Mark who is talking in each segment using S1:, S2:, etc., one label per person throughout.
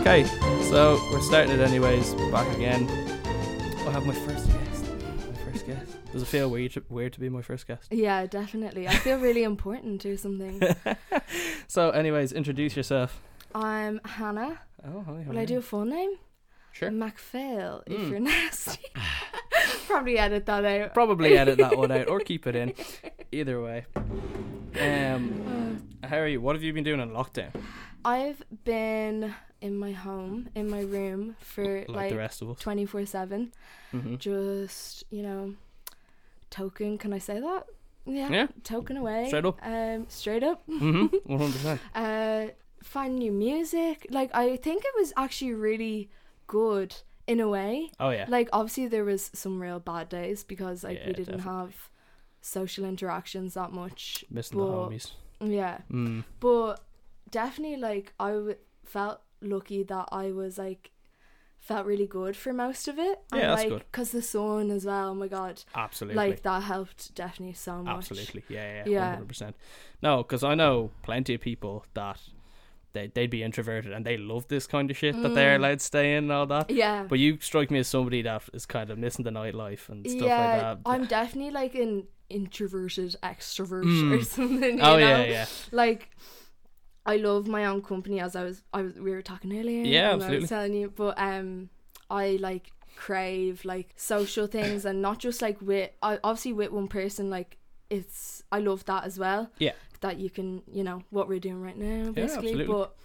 S1: Okay, so we're starting it anyways. Back again. I have my first guest. My first guest. Does it feel weird? to- Weird to be my first guest.
S2: Yeah, definitely. I feel really important or something.
S1: So, anyways, introduce yourself.
S2: I'm Hannah.
S1: Oh, hi.
S2: Will I do a full name?
S1: Sure.
S2: MacPhail, if
S1: Mm.
S2: you're nasty. Probably edit that out.
S1: Probably edit that one out or keep it in. Either way. Um,
S2: Uh,
S1: how are you? What have you been doing in lockdown?
S2: I've been in my home, in my room for
S1: Like, the rest of us.
S2: 24 7.
S1: hmm
S2: Just, you know, token. Can I say that? Yeah.
S1: Yeah.
S2: Token away.
S1: Straight up.
S2: Um, straight up.
S1: hmm 100%.
S2: uh, find new music. Like I think it was actually really good in a way.
S1: Oh, yeah.
S2: Like obviously there was some real bad days because like
S1: Yeah,
S2: we didn't have social interactions that much.
S1: Missing the
S2: but-
S1: homies.
S2: Yeah,
S1: Mm.
S2: but definitely like I w- felt lucky that I was like felt really good for most of it.
S1: Yeah, that's
S2: like,
S1: good.
S2: Cause the sun as well. Oh my god,
S1: Absolutely.
S2: like that helped definitely so much.
S1: Absolutely, yeah, yeah,
S2: Yeah.
S1: hundred percent. No, because I know plenty of people that they they'd be introverted and they love this kind of shit that they're
S2: Mm.
S1: allowed to stay in and all that.
S2: Yeah.
S1: But you strike me as somebody that is kind of missing the nightlife and stuff
S2: yeah,
S1: like that.
S2: I'm definitely like an introverted extrovert
S1: Mm.
S2: or something. You
S1: oh
S2: know?
S1: yeah, yeah,
S2: Like, I love my own company, as I was, I was, we were talking earlier.
S1: Yeah,
S2: and I
S1: absolutely.
S2: was telling you, but um, I like crave like social things and not just like with I obviously with one person like it's I love that as well.
S1: Yeah.
S2: That you can you know what we're doing right now basically,
S1: absolutely.
S2: but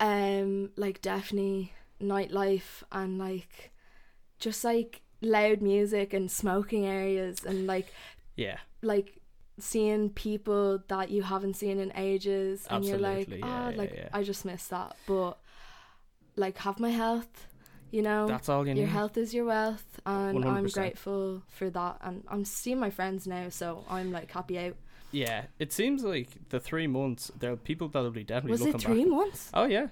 S2: um like definitely nightlife and like just like loud music and smoking areas and like
S1: yeah.
S2: like seeing people that you haven't seen in ages and
S1: Absolutely,
S2: you're like
S1: yeah,
S2: ah
S1: yeah,
S2: like
S1: yeah.
S2: i just miss that but like have my health you know
S1: That's all you need.
S2: your health is your wealth and i am
S1: 100%.
S2: grateful for that and i'm seeing my friends now so i'm like happy out
S1: Yeah, it seems like the three months there are people that'll be definitely
S2: was
S1: looking
S2: it three
S1: back.
S2: months
S1: Oh yeah,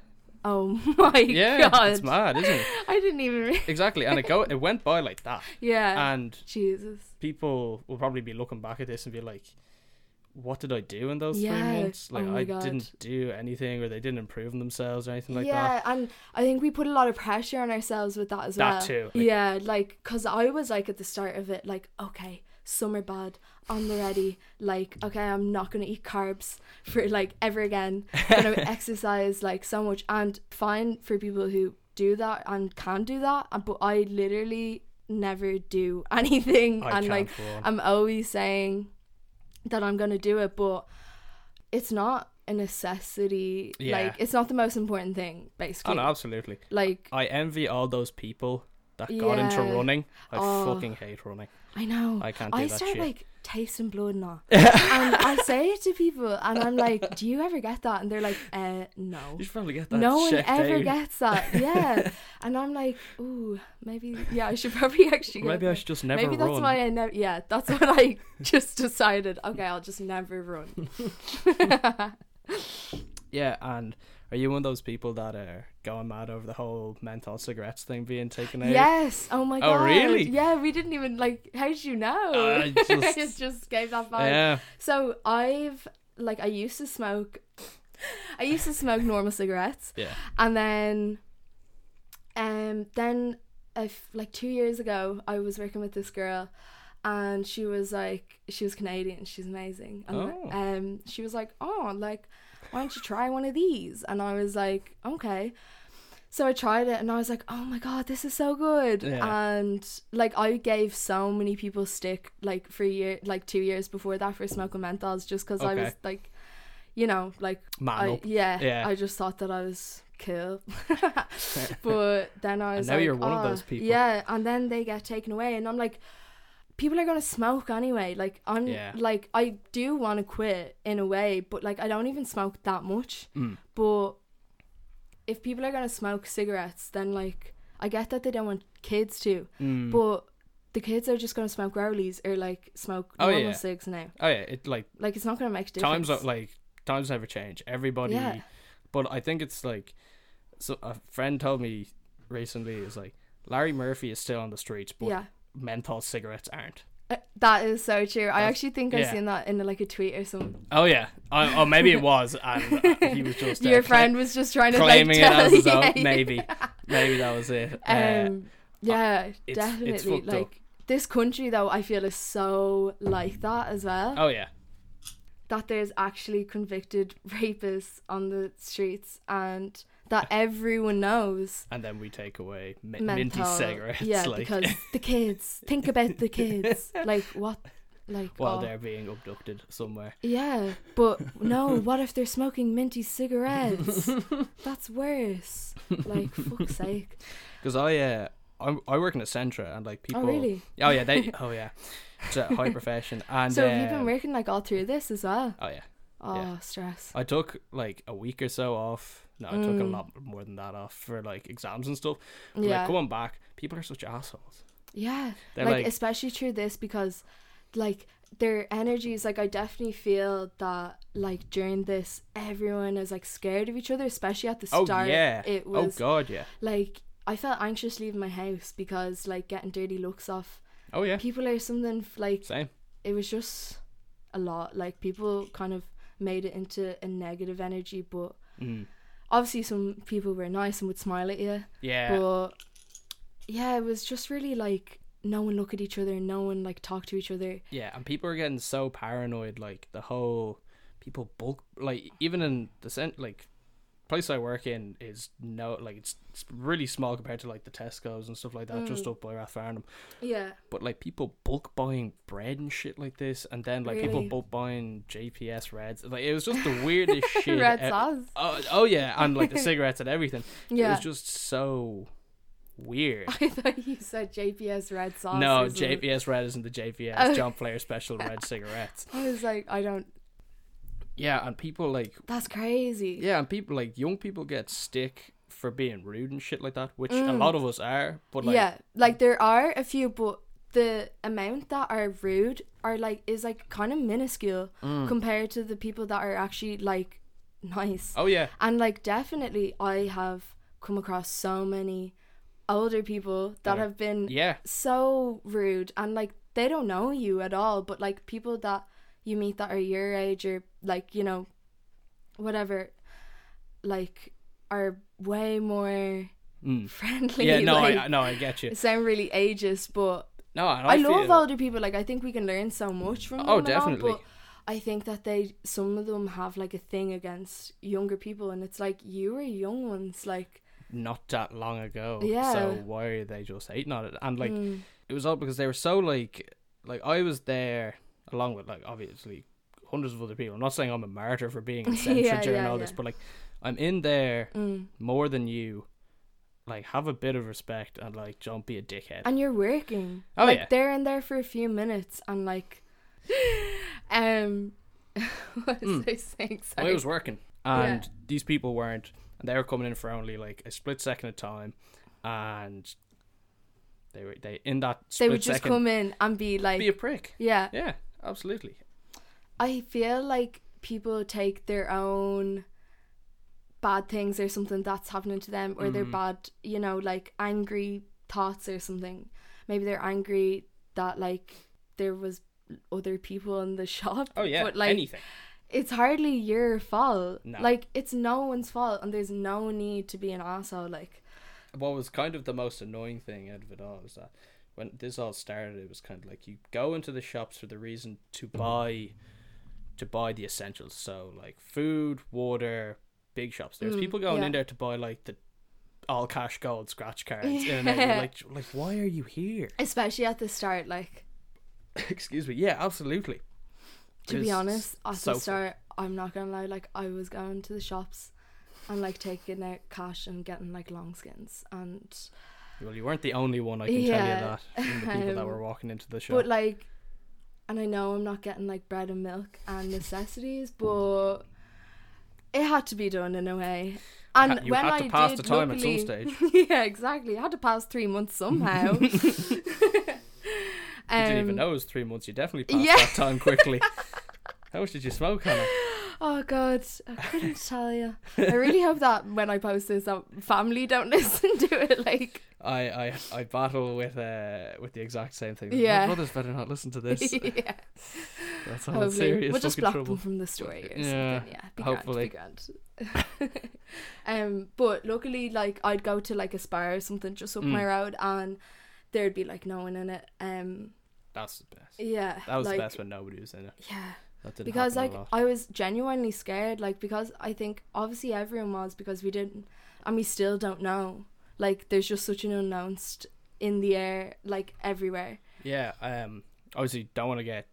S2: oh my
S1: yeah,
S2: god
S1: it's mad, isn't it?
S2: i didn't even re-
S1: Exactly, and it go it went by like that,
S2: yeah
S1: and
S2: jesus
S1: people will probably be looking back at this and be like, "What did I do in those
S2: Yeah,
S1: three months?
S2: oh
S1: Like
S2: my
S1: I
S2: God.
S1: didn't do anything, or they didn't improve themselves or anything like that."
S2: yeah, and I think we put a lot of pressure on ourselves with that as
S1: That
S2: well.
S1: too, like-
S2: yeah, like because I was like at the start of it, like okay, summer bad, on the ready. Like okay, I'm not gonna eat carbs for like ever again. Gonna exercise like so much, and fine for people who do that and can do that. and- But I literally never do anything,
S1: I
S2: and
S1: can't
S2: like
S1: for one.
S2: I'm always saying that I'm gonna do it, but it's not a necessity.
S1: Yeah.
S2: Like it's not the most important thing,
S1: Oh
S2: basically.
S1: no, absolutely.
S2: Like
S1: I envy all those people that got into
S2: Yeah.
S1: running. I
S2: Oh.
S1: fucking hate running.
S2: I know.
S1: I can't do that
S2: start
S1: shit.
S2: like tasting blood now. and I say it to people and I'm like, Do you ever get that? And they're like, uh no.
S1: You should probably get that.
S2: No one
S1: checked
S2: ever
S1: out.
S2: gets that. Yeah. and I'm like, ooh, maybe yeah, I should probably actually get
S1: Maybe I
S2: that."
S1: should just never
S2: Maybe
S1: run.
S2: that's why I never. Yeah, that's what I just decided. Okay, I'll just never run.
S1: Yeah, and are you one of those people that are going mad over the whole menthol cigarettes thing being taken out?
S2: Yes. Oh my
S1: Oh,
S2: god.
S1: really?
S2: Yeah, we didn't even like. How did you know?
S1: I just-
S2: It just gave that vibe.
S1: Yeah.
S2: So I've like I used to smoke. I used to smoke normal cigarettes,
S1: Yeah.
S2: and then, um, then if like two years ago, I was working with this girl. And she was like, she was Canadian. She's amazing. And
S1: Oh.
S2: um, she was like, oh, like, why don't you try one of these? And I was like, okay. So I tried it and I was like, oh my god, this is so good.
S1: Yeah.
S2: And like I gave so many people stick like for a year like two years before that for smoking menthols just because I
S1: Okay.
S2: was like you know, like
S1: Man
S2: I,
S1: up.
S2: yeah,
S1: Yeah.
S2: I just thought that I was cool. but then I was
S1: now
S2: like,
S1: you're one of
S2: "Oh,
S1: those people."
S2: Yeah, and then they get taken away and I'm like people are gonna smoke anyway. Like I'm
S1: Yeah.
S2: like I do wanna quit in a way, but like I don't even smoke that much.
S1: Mm.
S2: But if people are gonna smoke cigarettes, then like I get that they don't want kids to,
S1: Mm.
S2: but the kids are just gonna smoke Rowleys or like smoke
S1: Oh,
S2: normal
S1: yeah.
S2: cigs now.
S1: Oh yeah, it like
S2: Like it's not gonna make a difference.
S1: times are- like times never change. Everybody,
S2: Yeah.
S1: but I think it's like so. A friend told me recently is like Larry Murphy is still on the streets, but
S2: yeah.
S1: menthol cigarettes aren't.
S2: Uh, That is so true. I actually think I've
S1: yeah.
S2: seen that in like a tweet or something.
S1: Oh yeah, I, or maybe it was, and he was just uh,
S2: Your
S1: cla-
S2: friend was just trying to
S1: claiming
S2: like,
S1: it
S2: tell
S1: as his own.
S2: yeah,
S1: Maybe, maybe that was it. Uh,
S2: Um, yeah,
S1: it's
S2: definitely.
S1: fucked up.
S2: like this country, though, I feel is so like that as well.
S1: oh yeah,
S2: That there's actually convicted rapists on the streets, and that everyone knows.
S1: and then we take away mi- minty
S2: Menthol.
S1: cigarettes,
S2: Yeah,
S1: like
S2: because the kids. Think about the kids. Like what? Like
S1: while
S2: oh,
S1: they're being abducted somewhere.
S2: Yeah, but no, what if they're smoking minty cigarettes? That's worse. Like, fuck's sake.
S1: Because I, uh, I, I work in a centre, and like people.
S2: Oh, really?
S1: Oh yeah, they. Oh yeah, it's a high profession. And
S2: so, have you
S1: um,
S2: been working like all through this as well?
S1: Oh yeah,
S2: Oh,
S1: yeah.
S2: stress.
S1: I took like a week or so off. No, I took a
S2: Mm.
S1: lot more than that off for like exams and stuff. But,
S2: Yeah.
S1: Like coming back, people are such assholes.
S2: yeah.
S1: They're
S2: like,
S1: like,
S2: especially through this because, like, their energies, like, I definitely feel that, like, during this, everyone is, like, scared of each other, especially at the
S1: oh
S2: start.
S1: yeah,
S2: It
S1: oh
S2: was,
S1: god, yeah,
S2: like, I felt anxious leaving my house because, like, getting dirty looks off
S1: oh yeah,
S2: people or something, f- like,
S1: same.
S2: it was just a lot. Like people kind of made it into a negative energy, but
S1: Mm.
S2: obviously some people were nice and would smile at you.
S1: Yeah,
S2: But yeah, it was just really like no one look at each other, no one like talk to each other.
S1: yeah, and people are getting so paranoid. Like the whole people bulk, like even in the cent, like place I work in is no, like it's, it's really small compared to like the Tesco's and stuff like that, just
S2: Mm.
S1: up by Rathfarnham.
S2: Yeah,
S1: But like people bulk buying bread and shit like this, and then like people
S2: Really?
S1: bulk buying JPS Reds. Like it was just the weirdest shit.
S2: red
S1: ev-
S2: sauce.
S1: Oh, oh yeah, and like the cigarettes and everything. It
S2: Yeah.
S1: was just so weird.
S2: I thought you said JPS red sauce.
S1: No,
S2: or something.
S1: JPS Red isn't the JPS
S2: Oh.
S1: John Player Special Red cigarettes.
S2: I was like, I don't.
S1: Yeah, and people like
S2: That's crazy.
S1: yeah, and people like young people get stick for being rude and shit like that, which a lot of us are. But like,
S2: Mm. yeah, like there are a few, but the amount that are rude are like is like kind of minuscule
S1: Mm.
S2: compared to the people that are actually like nice.
S1: oh yeah,
S2: And like definitely, I have come across so many older people that have been
S1: yeah,
S2: so rude and like they don't know you at all, but like people that you meet that are your age or like you know, whatever, like are way more
S1: Mm.
S2: friendly.
S1: yeah. No,
S2: like,
S1: I no, I get you.
S2: it sound really ageist, but
S1: No, and I,
S2: I, love
S1: feel,
S2: older people. Like I think we can learn so much from them.
S1: Oh,
S2: and all,
S1: definitely.
S2: but I think that they some of them have like a thing against younger people, and it's like you were young ones. Like
S1: not that long ago.
S2: Yeah. Hmm.
S1: So why are they just hating on it? And like, it was all because they were so like, like I was there along with like obviously hundreds of other people. I'm not saying I'm a martyr for being in censure
S2: Yeah,
S1: during
S2: yeah,
S1: all
S2: yeah.
S1: this, but like, I'm in there
S2: mm.
S1: more than you. Like, have a bit of respect and like, don't be a dickhead.
S2: and you're working.
S1: Oh,
S2: like,
S1: yeah.
S2: They're in there for a few minutes, and like, um, what was I saying?
S1: Hmm. Well,
S2: Sorry.
S1: I was working, and these people weren't, and they were coming in for only like a split second of time, and they were they in that
S2: they
S1: split
S2: would just
S1: second
S2: come in and be like,
S1: be a prick.
S2: yeah,
S1: Yeah, absolutely.
S2: I feel like people take their own bad things or something that's happening to them or
S1: Mm.
S2: their bad, you know, like angry thoughts or something. Maybe they're angry that like there was other people in the shop.
S1: Oh yeah,
S2: But like
S1: anything.
S2: it's hardly your fault.
S1: No.
S2: Like it's no one's fault and there's no need to be an asshole like
S1: What was kind of the most annoying thing out of it all was that when this all started, it was kind of like you go into the shops for the reason to buy, to buy the essentials. So like food, water, big shops. There's people going
S2: Mm, yeah.
S1: in there to buy like the all cash gold scratch cards. In and out. You're
S2: Yeah.
S1: Like like why are you here?
S2: especially at the start like
S1: Excuse me. Yeah, absolutely.
S2: to
S1: It
S2: be
S1: is
S2: honest, at
S1: so
S2: the start, I'm not gonna lie. Like I was going to the shops and like taking out cash and getting like long skins, and
S1: Well, you weren't the only one. I can
S2: Yeah,
S1: tell you that. in the people that
S2: um,
S1: were walking into the shop.
S2: but like, and I know I'm not getting like bread and milk and necessities, but it had to be done in a way. And
S1: you
S2: when
S1: had
S2: I
S1: to pass
S2: did,
S1: the time at some
S2: luckily- yeah, exactly. I had to pass three months somehow. um,
S1: you didn't even know it was three months. You definitely passed
S2: yeah.
S1: that time quickly. How much did you smoke, Hannah?
S2: Oh God, I couldn't tell you. I really hope that when I post this, that family don't listen to it. Like,
S1: I, I, I battle with uh with the exact same thing. My
S2: Yeah.
S1: brothers better not listen to this.
S2: yeah,
S1: That's all
S2: hopefully
S1: serious
S2: we'll just
S1: fucking
S2: block
S1: trouble.
S2: them from the story. Or
S1: Yeah,
S2: something. yeah, be
S1: hopefully.
S2: grand, be grand. um, but luckily, like I'd go to like a spa or something just up my
S1: Mm.
S2: road, and there'd be like no one in it. Um,
S1: That's the best.
S2: yeah,
S1: That was
S2: like,
S1: the best when nobody was in it.
S2: Yeah.
S1: That didn't
S2: because like
S1: happen a lot.
S2: I was genuinely scared, like because I think obviously everyone was because we didn't, and we still don't know. Like there's just such an unknown st- in the air, like everywhere.
S1: Yeah. Um. Obviously, don't want to get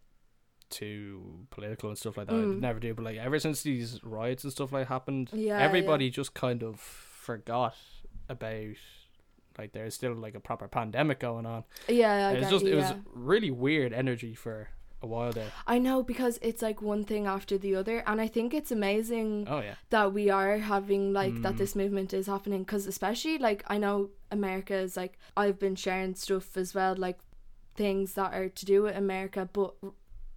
S1: too political and stuff like that. I
S2: Mm.
S1: never do. But like, ever since these riots and stuff like happened,
S2: Yeah,
S1: everybody just kind of forgot about like there's still like a proper pandemic going on.
S2: Yeah, I uh,
S1: And it's
S2: get
S1: just
S2: you,
S1: it was
S2: yeah.
S1: really weird energy for a while there.
S2: I know because it's like one thing after the other, and I think it's amazing
S1: Oh yeah.
S2: that we are having like that
S1: Mm.
S2: this movement is happening because especially like I know America is like I've been sharing stuff as well like things that are to do with America but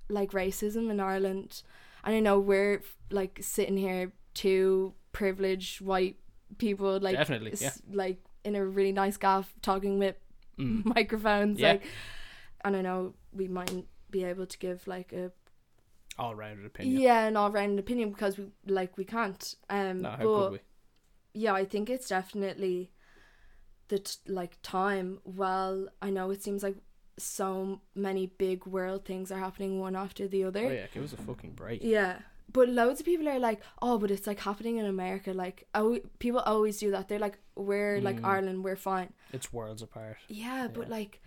S2: like racism in Ireland and I know we're like sitting here two privileged white people like
S1: Definitely,
S2: s-
S1: yeah.
S2: like in a really nice gaff talking with
S1: Mm.
S2: microphones
S1: Yeah.
S2: like and I know we mightn't be able to give like a
S1: All rounded opinion.
S2: yeah an all round opinion because we like we can't um
S1: No, how
S2: but
S1: could we?
S2: yeah, I think it's definitely the t- like time. Well, I know it seems like so many big world things are happening one after the other.
S1: Oh yeah, give us a fucking break.
S2: Yeah. But loads of people are like, oh, but it's like happening in America. Like, oh, people always do that. They're like, we're like
S1: Mm.
S2: Ireland, we're fine.
S1: It's worlds apart.
S2: Yeah, but
S1: Yeah.
S2: like,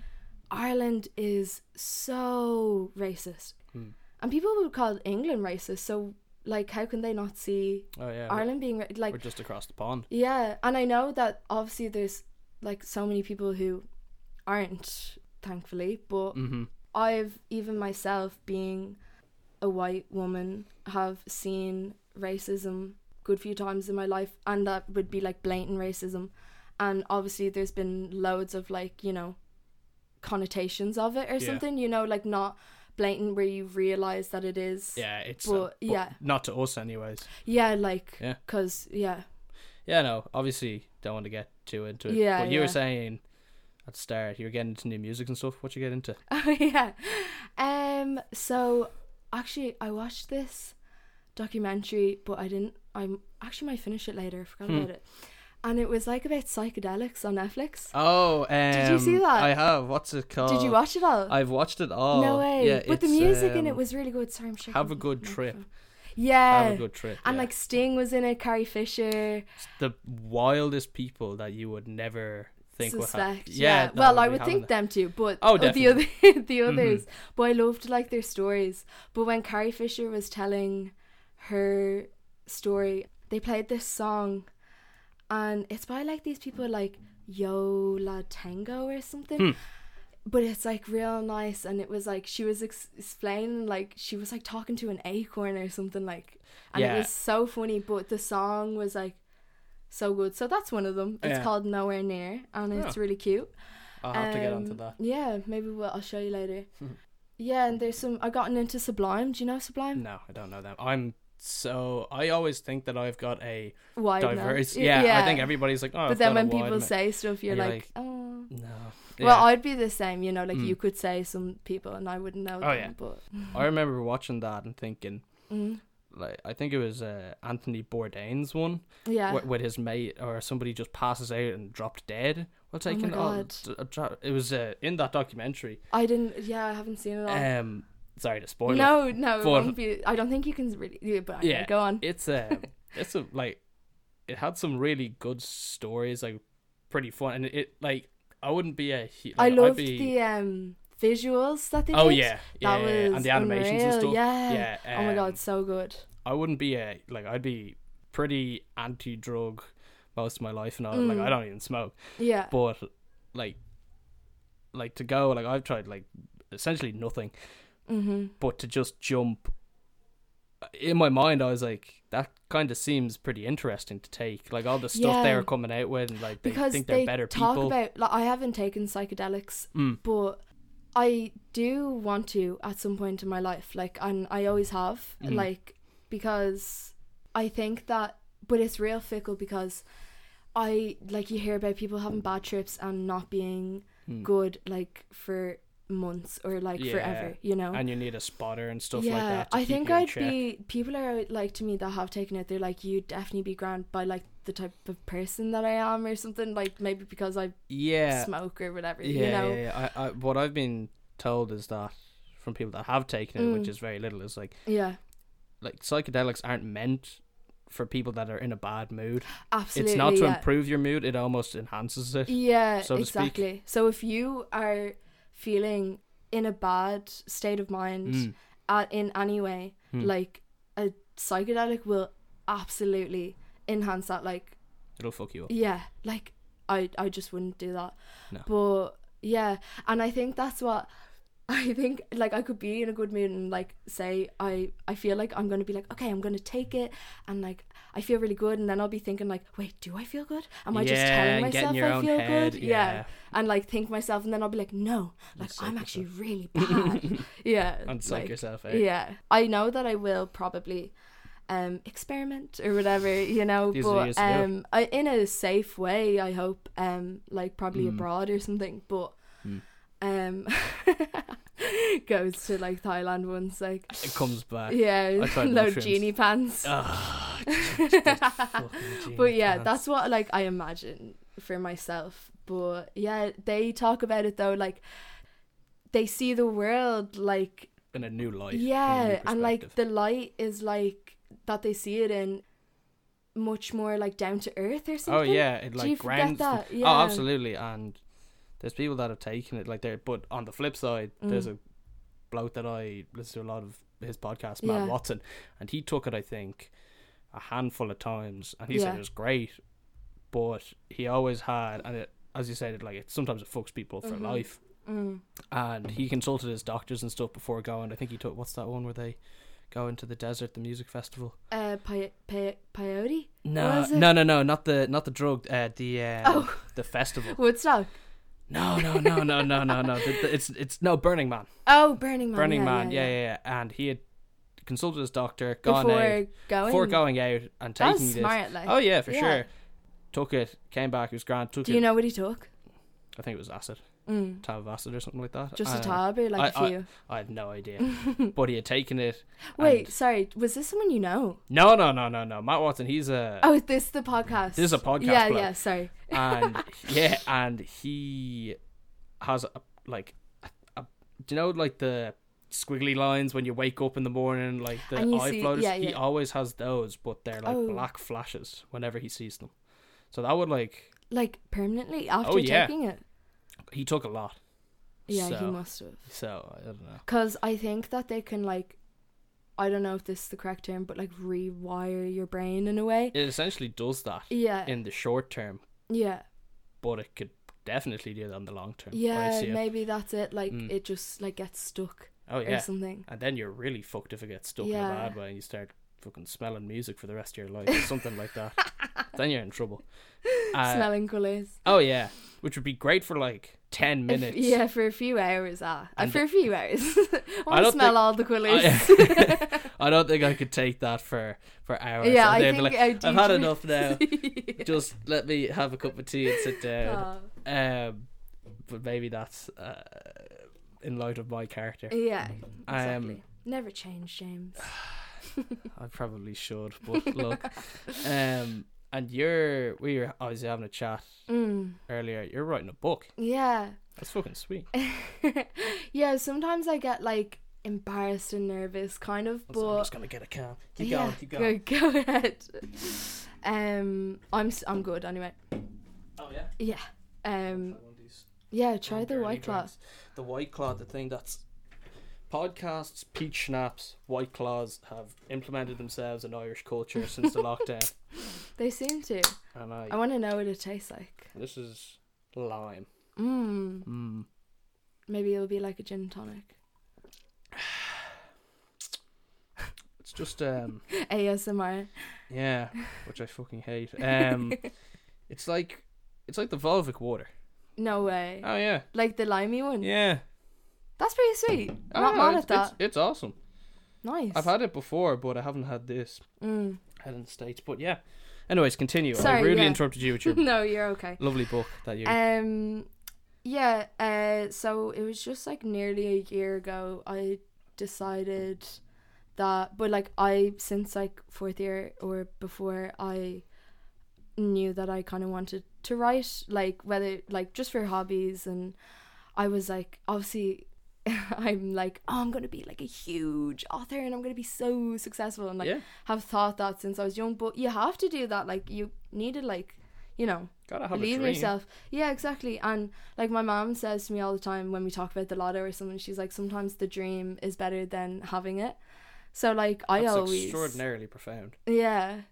S2: Ireland is so racist.
S1: Mm.
S2: And people would call England racist. So, like, how can they not see
S1: Oh yeah. we're-
S2: Ireland being ra- like
S1: we're just across the pond.
S2: yeah, and I know that obviously there's like so many people who aren't, thankfully, but
S1: Mm-hmm.
S2: I've even myself being a white woman have seen racism good few times in my life and that would be like blatant racism. And obviously there's been loads of like, you know, connotations of it or
S1: Yeah.
S2: something, you know, like not blatant where you realize that it is.
S1: Yeah, it's uh,
S2: But, yeah.
S1: not to us anyways.
S2: Yeah, like
S1: Yeah.
S2: cuz yeah.
S1: Yeah, no, obviously don't want to get too into it.
S2: Yeah,
S1: but you were
S2: yeah.
S1: saying at the start you were getting into new music and stuff. What you get into?
S2: Oh yeah. Um. So actually, I watched this documentary, but I didn't. I'm actually might finish it later. I forgot
S1: Hmm.
S2: about it. And it was like about psychedelics on Netflix.
S1: Oh, um,
S2: you see that?
S1: I have. What's it called?
S2: Did you watch it all?
S1: I've watched it all.
S2: no way.
S1: Oh. Yeah,
S2: but the
S1: it's,
S2: music in
S1: um,
S2: it was really good. Sorry, I'm shaking.
S1: Have a
S2: the
S1: Good Trip.
S2: microphone. Yeah.
S1: Have a good trip.
S2: and
S1: yeah.
S2: like Sting was in it, Carrie Fisher.
S1: It's the wildest people that you would never think would have.
S2: suspect. Yeah. well, I would think them too, but
S1: Oh,
S2: oh, the other
S1: definitely. Mm-hmm.
S2: the others. But I loved like their stories. But when Carrie Fisher was telling her story, they played this song, and it's by like these people like Yo La Tango or something.
S1: Hmm.
S2: But it's like real nice, and it was like she was ex- explaining, like she was like talking to an acorn or something, like, and
S1: Yeah.
S2: it was so funny. But the song was like so good, so that's one of them. It's
S1: Yeah.
S2: called Nowhere Near, and it's
S1: Oh.
S2: really cute.
S1: I'll have to get
S2: Um,
S1: onto that. Hmm.
S2: Yeah, maybe we'll, I'll show you later. yeah, and there's some. I gotten into Sublime. Do you know Sublime?
S1: No, I don't know them. I'm so I always think that I've got a
S2: Wide note.
S1: Hmm. diverse.
S2: Y-
S1: Yeah, I think everybody's like, oh,
S2: But
S1: I've
S2: then
S1: got a
S2: when
S1: wide
S2: people
S1: ma-"
S2: say stuff, you're
S1: and you're
S2: like,
S1: like,
S2: oh.
S1: no,
S2: Well,
S1: Yeah.
S2: I'd be the same, you know. Like
S1: Mm.
S2: you could say some people, and I wouldn't know
S1: Oh,
S2: them.
S1: yeah.
S2: But
S1: I remember watching that and thinking,
S2: mm,
S1: like, I think it was uh, Anthony Bourdain's one,
S2: yeah,
S1: wh- with his mate or somebody just passes out and dropped dead while
S2: Oh my
S1: taking.
S2: God.
S1: d- uh, dro- it was uh, in that documentary.
S2: I didn't. Yeah, I haven't seen it all.
S1: Um, sorry to spoil. it.
S2: no, no, it
S1: But-
S2: won't be. I don't think you can really. do it, But anyway,
S1: Yeah.
S2: go on.
S1: it's um, it's a, like, it had some really good stories, like, pretty fun, and it like I wouldn't be a. hu-
S2: I
S1: Like, I'd
S2: loved
S1: be,
S2: the um visuals that they
S1: Oh
S2: did.
S1: yeah, yeah,
S2: That
S1: yeah, yeah,
S2: was
S1: and the animations and
S2: unreal,
S1: stuff.
S2: yeah. oh my
S1: um,
S2: god, so good.
S1: I wouldn't be a like I'd be pretty anti-drug most of my life, and I like
S2: Mm.
S1: I don't even smoke,
S2: Yeah.
S1: but like like to go like I've tried like essentially nothing,
S2: mm-hmm.
S1: but to just jump. In my mind, I was like, that kind of seems pretty interesting to take. Like all the stuff
S2: Yeah.
S1: they were coming out with, and like they
S2: because
S1: think they're
S2: they
S1: better
S2: talk
S1: people.
S2: about like I haven't taken psychedelics,
S1: Mm.
S2: but I do want to at some point in my life. Like, and I always have.
S1: Mm.
S2: Like, because I think that, but it's real fickle because I like you hear about people having bad trips and not being
S1: Hmm.
S2: good like for months or like
S1: Yeah.
S2: forever, you know.
S1: and you need a spotter and stuff
S2: yeah,
S1: like that. to
S2: I
S1: keep
S2: think
S1: you in
S2: I'd
S1: check.
S2: be people are like to me that have taken it. They're like, you'd definitely be grand by like the type of person that I am or something. Like maybe because I
S1: yeah,
S2: smoke or whatever,
S1: yeah,
S2: you know.
S1: yeah, yeah. I, I, what I've been told is that from people that have taken it, which
S2: Mm.
S1: is very little, is like
S2: yeah
S1: like psychedelics aren't meant for people that are in a bad mood.
S2: absolutely.
S1: it's not to
S2: yeah.
S1: improve your mood; it almost enhances it.
S2: Yeah,
S1: so to speak.
S2: exactly. So if you are feeling in a bad state of mind
S1: Mm.
S2: at, in any way,
S1: Hmm.
S2: like a psychedelic will absolutely enhance that. Like,
S1: It'll fuck you up.
S2: yeah, like I, I just wouldn't do that.
S1: No.
S2: But yeah, and I think that's what I think. Like, I could be in a good mood and like say I, I feel like I'm gonna be like, okay, I'm gonna take it, and like I feel really good, and then I'll be thinking like, wait, do I feel good? Am I just
S1: Yeah,
S2: telling
S1: and get in
S2: myself
S1: your
S2: I
S1: own
S2: feel
S1: head,
S2: good?
S1: yeah.
S2: and like think myself, and then I'll be like, no, like
S1: psych
S2: I'm
S1: yourself.
S2: actually really bad. yeah,
S1: And psych
S2: like,
S1: yourself out.
S2: yeah, I know that I will probably um experiment or whatever, you know,
S1: These are the years
S2: but
S1: to do it.
S2: um I, in a safe way, I hope, um like probably
S1: Mm.
S2: abroad or something, but
S1: Mm.
S2: um goes to like Thailand once like
S1: It comes back.
S2: yeah,
S1: I tried
S2: low
S1: mushrooms.
S2: genie pants.
S1: Ah,
S2: but yeah, that's what like I imagine for myself. But yeah, they talk about it though, like they see the world like
S1: in a new light. in a new
S2: yeah, and like
S1: perspective.
S2: the light is like that they see it in much more like down to earth or
S1: oh
S2: something.
S1: yeah, it
S2: Do
S1: like
S2: you forget
S1: grounds. them.
S2: that? Yeah.
S1: Oh, absolutely. And there's people that have taken it like there, but on the flip side, there's
S2: Mm.
S1: a bloke that I listen to a lot of his podcast, Matt
S2: Yeah.
S1: Watson, and he took it, I think, a handful of times, and he said
S2: Yeah.
S1: it was great, but he always had, and it, as you said, it like it sometimes it fucks people for
S2: Mhm.
S1: life.
S2: Mm.
S1: and he consulted his doctors and stuff before going. I think he took what's that one where they go into the desert, the music festival.
S2: Uh, pi- pi- peyote?
S1: No,
S2: Was it-
S1: no, no, no, not the not the drug, uh, the uh,
S2: Oh.
S1: the festival.
S2: Woodstock.
S1: No, no, no, no, no, no, no. The- the- It's it's no Burning Man.
S2: Oh, Burning Man.
S1: Burning
S2: yeah,
S1: Man. Yeah yeah.
S2: yeah.
S1: yeah, And he had consulted his doctor, gone
S2: Before
S1: out
S2: going.
S1: eh. before going out and taking
S2: That's
S1: this.
S2: smart. Like,
S1: Oh yeah, for
S2: Yeah.
S1: sure. Took it, came back. It was grand. Took
S2: do
S1: it.
S2: you know what he took?
S1: I think it was acid,
S2: Mm.
S1: tab of acid or something like that.
S2: Just a
S1: And
S2: tab or like a
S1: I-
S2: few?
S1: I had no idea, but he had taken it.
S2: Wait,
S1: and-
S2: sorry. Was this someone you know?
S1: No, no, no, no, no. Matt Watson, he's a
S2: Oh, is this the podcast?
S1: This is a podcast,
S2: Yeah,
S1: bloke.
S2: yeah. Sorry.
S1: and yeah, and he has a, like a, a, do you know like the squiggly lines when you wake up in the morning, like the
S2: And you
S1: eye
S2: see-
S1: floaters.
S2: yeah,
S1: He
S2: yeah.
S1: always has those, but they're like
S2: Oh.
S1: black flashes whenever he sees them. So that would like
S2: Like permanently after
S1: Oh, yeah.
S2: taking it.
S1: he took a lot.
S2: Yeah, he
S1: So-
S2: must have.
S1: So I don't know.
S2: Because I think that they can like, I don't know if this is the correct term, but like rewire your brain in a way.
S1: It essentially does that
S2: Yeah.
S1: in the short term,
S2: yeah.
S1: but it could definitely do that in the long term. when I
S2: Yeah.
S1: see it.
S2: Maybe that's it. Like
S1: Mm.
S2: it just like gets stuck
S1: Oh
S2: or
S1: yeah.
S2: something.
S1: And then you're really fucked if it gets stuck in
S2: Yeah.
S1: a bad way and you start fucking smelling music for the rest of your life or something like that. Then you're in trouble. Uh,
S2: Smelling colours.
S1: oh yeah, which would be great for like ten
S2: If-
S1: minutes.
S2: Yeah, for a few hours. Ah, Uh,
S1: And-
S2: for a few hours. I want to
S1: don't
S2: smell
S1: think-
S2: all the colours.
S1: I, I don't think I could take that for for hours.
S2: yeah, I
S1: And they'd
S2: think
S1: be like,
S2: I
S1: I've had
S2: do-
S1: enough now.
S2: Yeah.
S1: Just let me have a cup of tea and sit down.
S2: Oh.
S1: Um, but maybe that's uh, in light of my character.
S2: Oh, Yeah,
S1: I am-
S2: exactly. Never change, James.
S1: I probably should, but look. um, and you're we were obviously having a chat
S2: Mm,
S1: earlier. You're writing a book.
S2: yeah.
S1: That's fucking sweet.
S2: yeah, sometimes I get like embarrassed and nervous, kind of,
S1: So I'm
S2: but
S1: just gonna get a cab. Keep
S2: yeah,
S1: going, keep going.
S2: Go, go ahead. Um, I'm s- I'm good anyway.
S1: Oh yeah.
S2: Yeah. Um, yeah. Try the white claw.
S1: The white claw, the thing that's podcasts, peach schnapps, white claws have implemented themselves in Irish culture since the lockdown.
S2: They seem to.
S1: And I,
S2: I want to know what it tastes like.
S1: this is lime.
S2: Mm,
S1: Mm.
S2: maybe it'll be like a gin tonic.
S1: It's just um
S2: ASMR.
S1: yeah, which I fucking hate. Um, it's like it's like the Volvic water.
S2: No way.
S1: Oh yeah,
S2: Like the limey one.
S1: yeah.
S2: That's pretty sweet.
S1: Oh,
S2: Not mad
S1: it's,
S2: at that.
S1: It's, it's awesome.
S2: Nice.
S1: I've had it before, but I haven't had this.
S2: Mm.
S1: Had in the states, but yeah. Anyways, continue. I
S2: Sorry,
S1: rudely
S2: yeah.
S1: interrupted you with your
S2: no, you're okay.
S1: lovely book that you.
S2: Um, yeah. Uh, so it was just like nearly a year ago. I decided that, but like I since like fourth year or before, I knew that I kind of wanted to write, like whether like just for hobbies, and I was like, obviously. I'm like, oh, I'm gonna be like a huge author, and I'm gonna be so successful, and like
S1: yeah,
S2: have thought that since I was young. But you have to do that, like you need to like, you know,
S1: gotta have a
S2: believe in
S1: dream.
S2: yourself. Yeah, exactly. And like my mom says to me all the time when we talk about the lotto or something, she's like, sometimes the dream is better than having it. So like I
S1: That's
S2: always
S1: extraordinarily profound.
S2: yeah.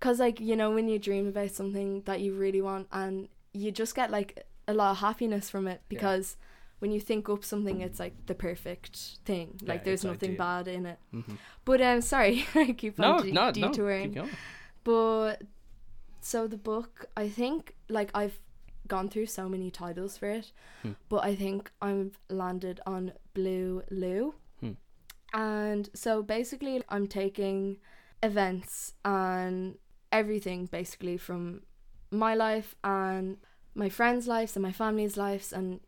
S2: Cause like, you know, when you dream about something that you really want and you just get like a lot of happiness from it because when you think up something it's like the perfect thing.
S1: Yeah,
S2: Like there's
S1: it's
S2: nothing
S1: ideal.
S2: bad in it.
S1: Mhm.
S2: But um sorry, I keep
S1: No,
S2: on de-
S1: no, no. Keep
S2: detouring.
S1: going.
S2: But so the book, I think, like I've gone through so many titles for it,
S1: Hmm.
S2: but I think I've landed on Blue Lou.
S1: Hmm.
S2: And so basically, I'm taking events and everything basically from my life and my friends' lives and my family's lives and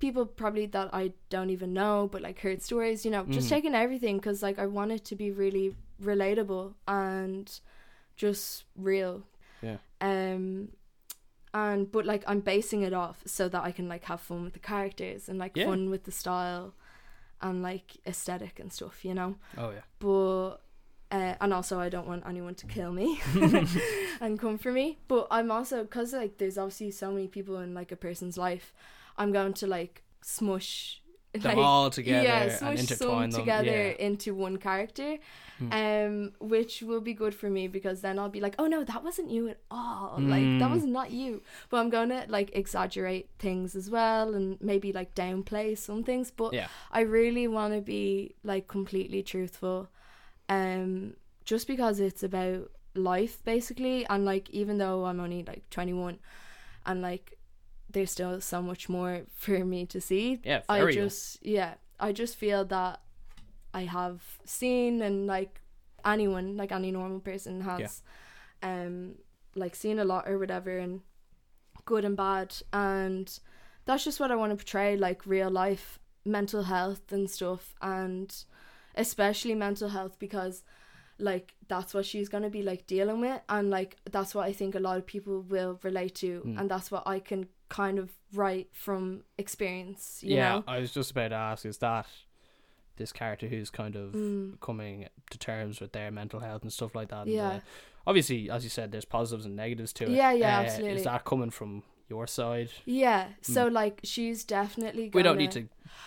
S2: people probably that I don't even know, but like heard stories, you know, just
S1: Mhm.
S2: taking everything because like I want it to be really relatable and just real.
S1: Yeah.
S2: Um and but like I'm basing it off so that I can like have fun with the characters and like
S1: Yeah.
S2: fun with the style and like aesthetic and stuff, you know.
S1: Oh yeah.
S2: But uh, and also I don't want anyone to kill me and come for me. But I'm also cuz like there's obviously so many people in like a person's life. I'm going to like smush
S1: Them
S2: like,
S1: all together and
S2: smush
S1: intertwine
S2: some
S1: them.
S2: together
S1: Yeah.
S2: into one character,
S1: Hmm.
S2: um, which will be good for me because then I'll be like, oh no, that wasn't you at all. Like that
S1: Mm.
S2: was not you. But I'm gonna like exaggerate things as well and maybe like downplay some things. But
S1: Yeah.
S2: I really want to be like completely truthful, um, just because it's about life basically, and like even though I'm only like 21, and like there's still so much more for me to see
S1: Yeah. Very
S2: I
S1: real.
S2: just yeah, I just feel that I have seen and like anyone, like any normal person has um like seen a lot or whatever and good and bad and that's just what I want to portray like real life mental health and stuff and especially mental health because like that's what she's going to be like dealing with and like that's what I think a lot of people will relate to
S1: Mm.
S2: and that's what I can kind of write from experience you
S1: yeah.
S2: know
S1: I was just about to ask: Is that this character who's kind of
S2: Mm.
S1: coming to terms with their mental health and stuff like that? and,
S2: Yeah.
S1: uh, obviously, as you said, there's positives and negatives to it.
S2: Yeah, yeah,
S1: Uh,
S2: absolutely.
S1: Is that coming from your side?
S2: Yeah, so like she's definitely.
S1: Hmm. We don't
S2: gonna-
S1: need to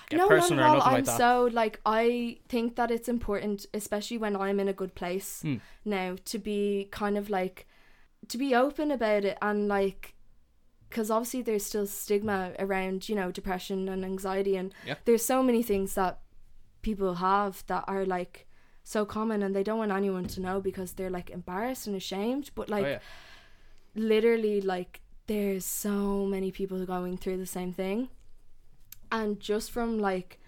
S1: get
S2: no,
S1: personal
S2: not
S1: or
S2: at all.
S1: nothing
S2: I'm
S1: like that.
S2: so like I think that it's important, especially when I'm in a good place
S1: Hmm.
S2: now, to be kind of like to be open about it and like because obviously there's still stigma around you know depression and anxiety and
S1: Yeah.
S2: there's so many things that people have that are like so common and they don't want anyone to know because they're like embarrassed and ashamed but like
S1: oh, yeah.
S2: literally like there's so many people going through the same thing and just from like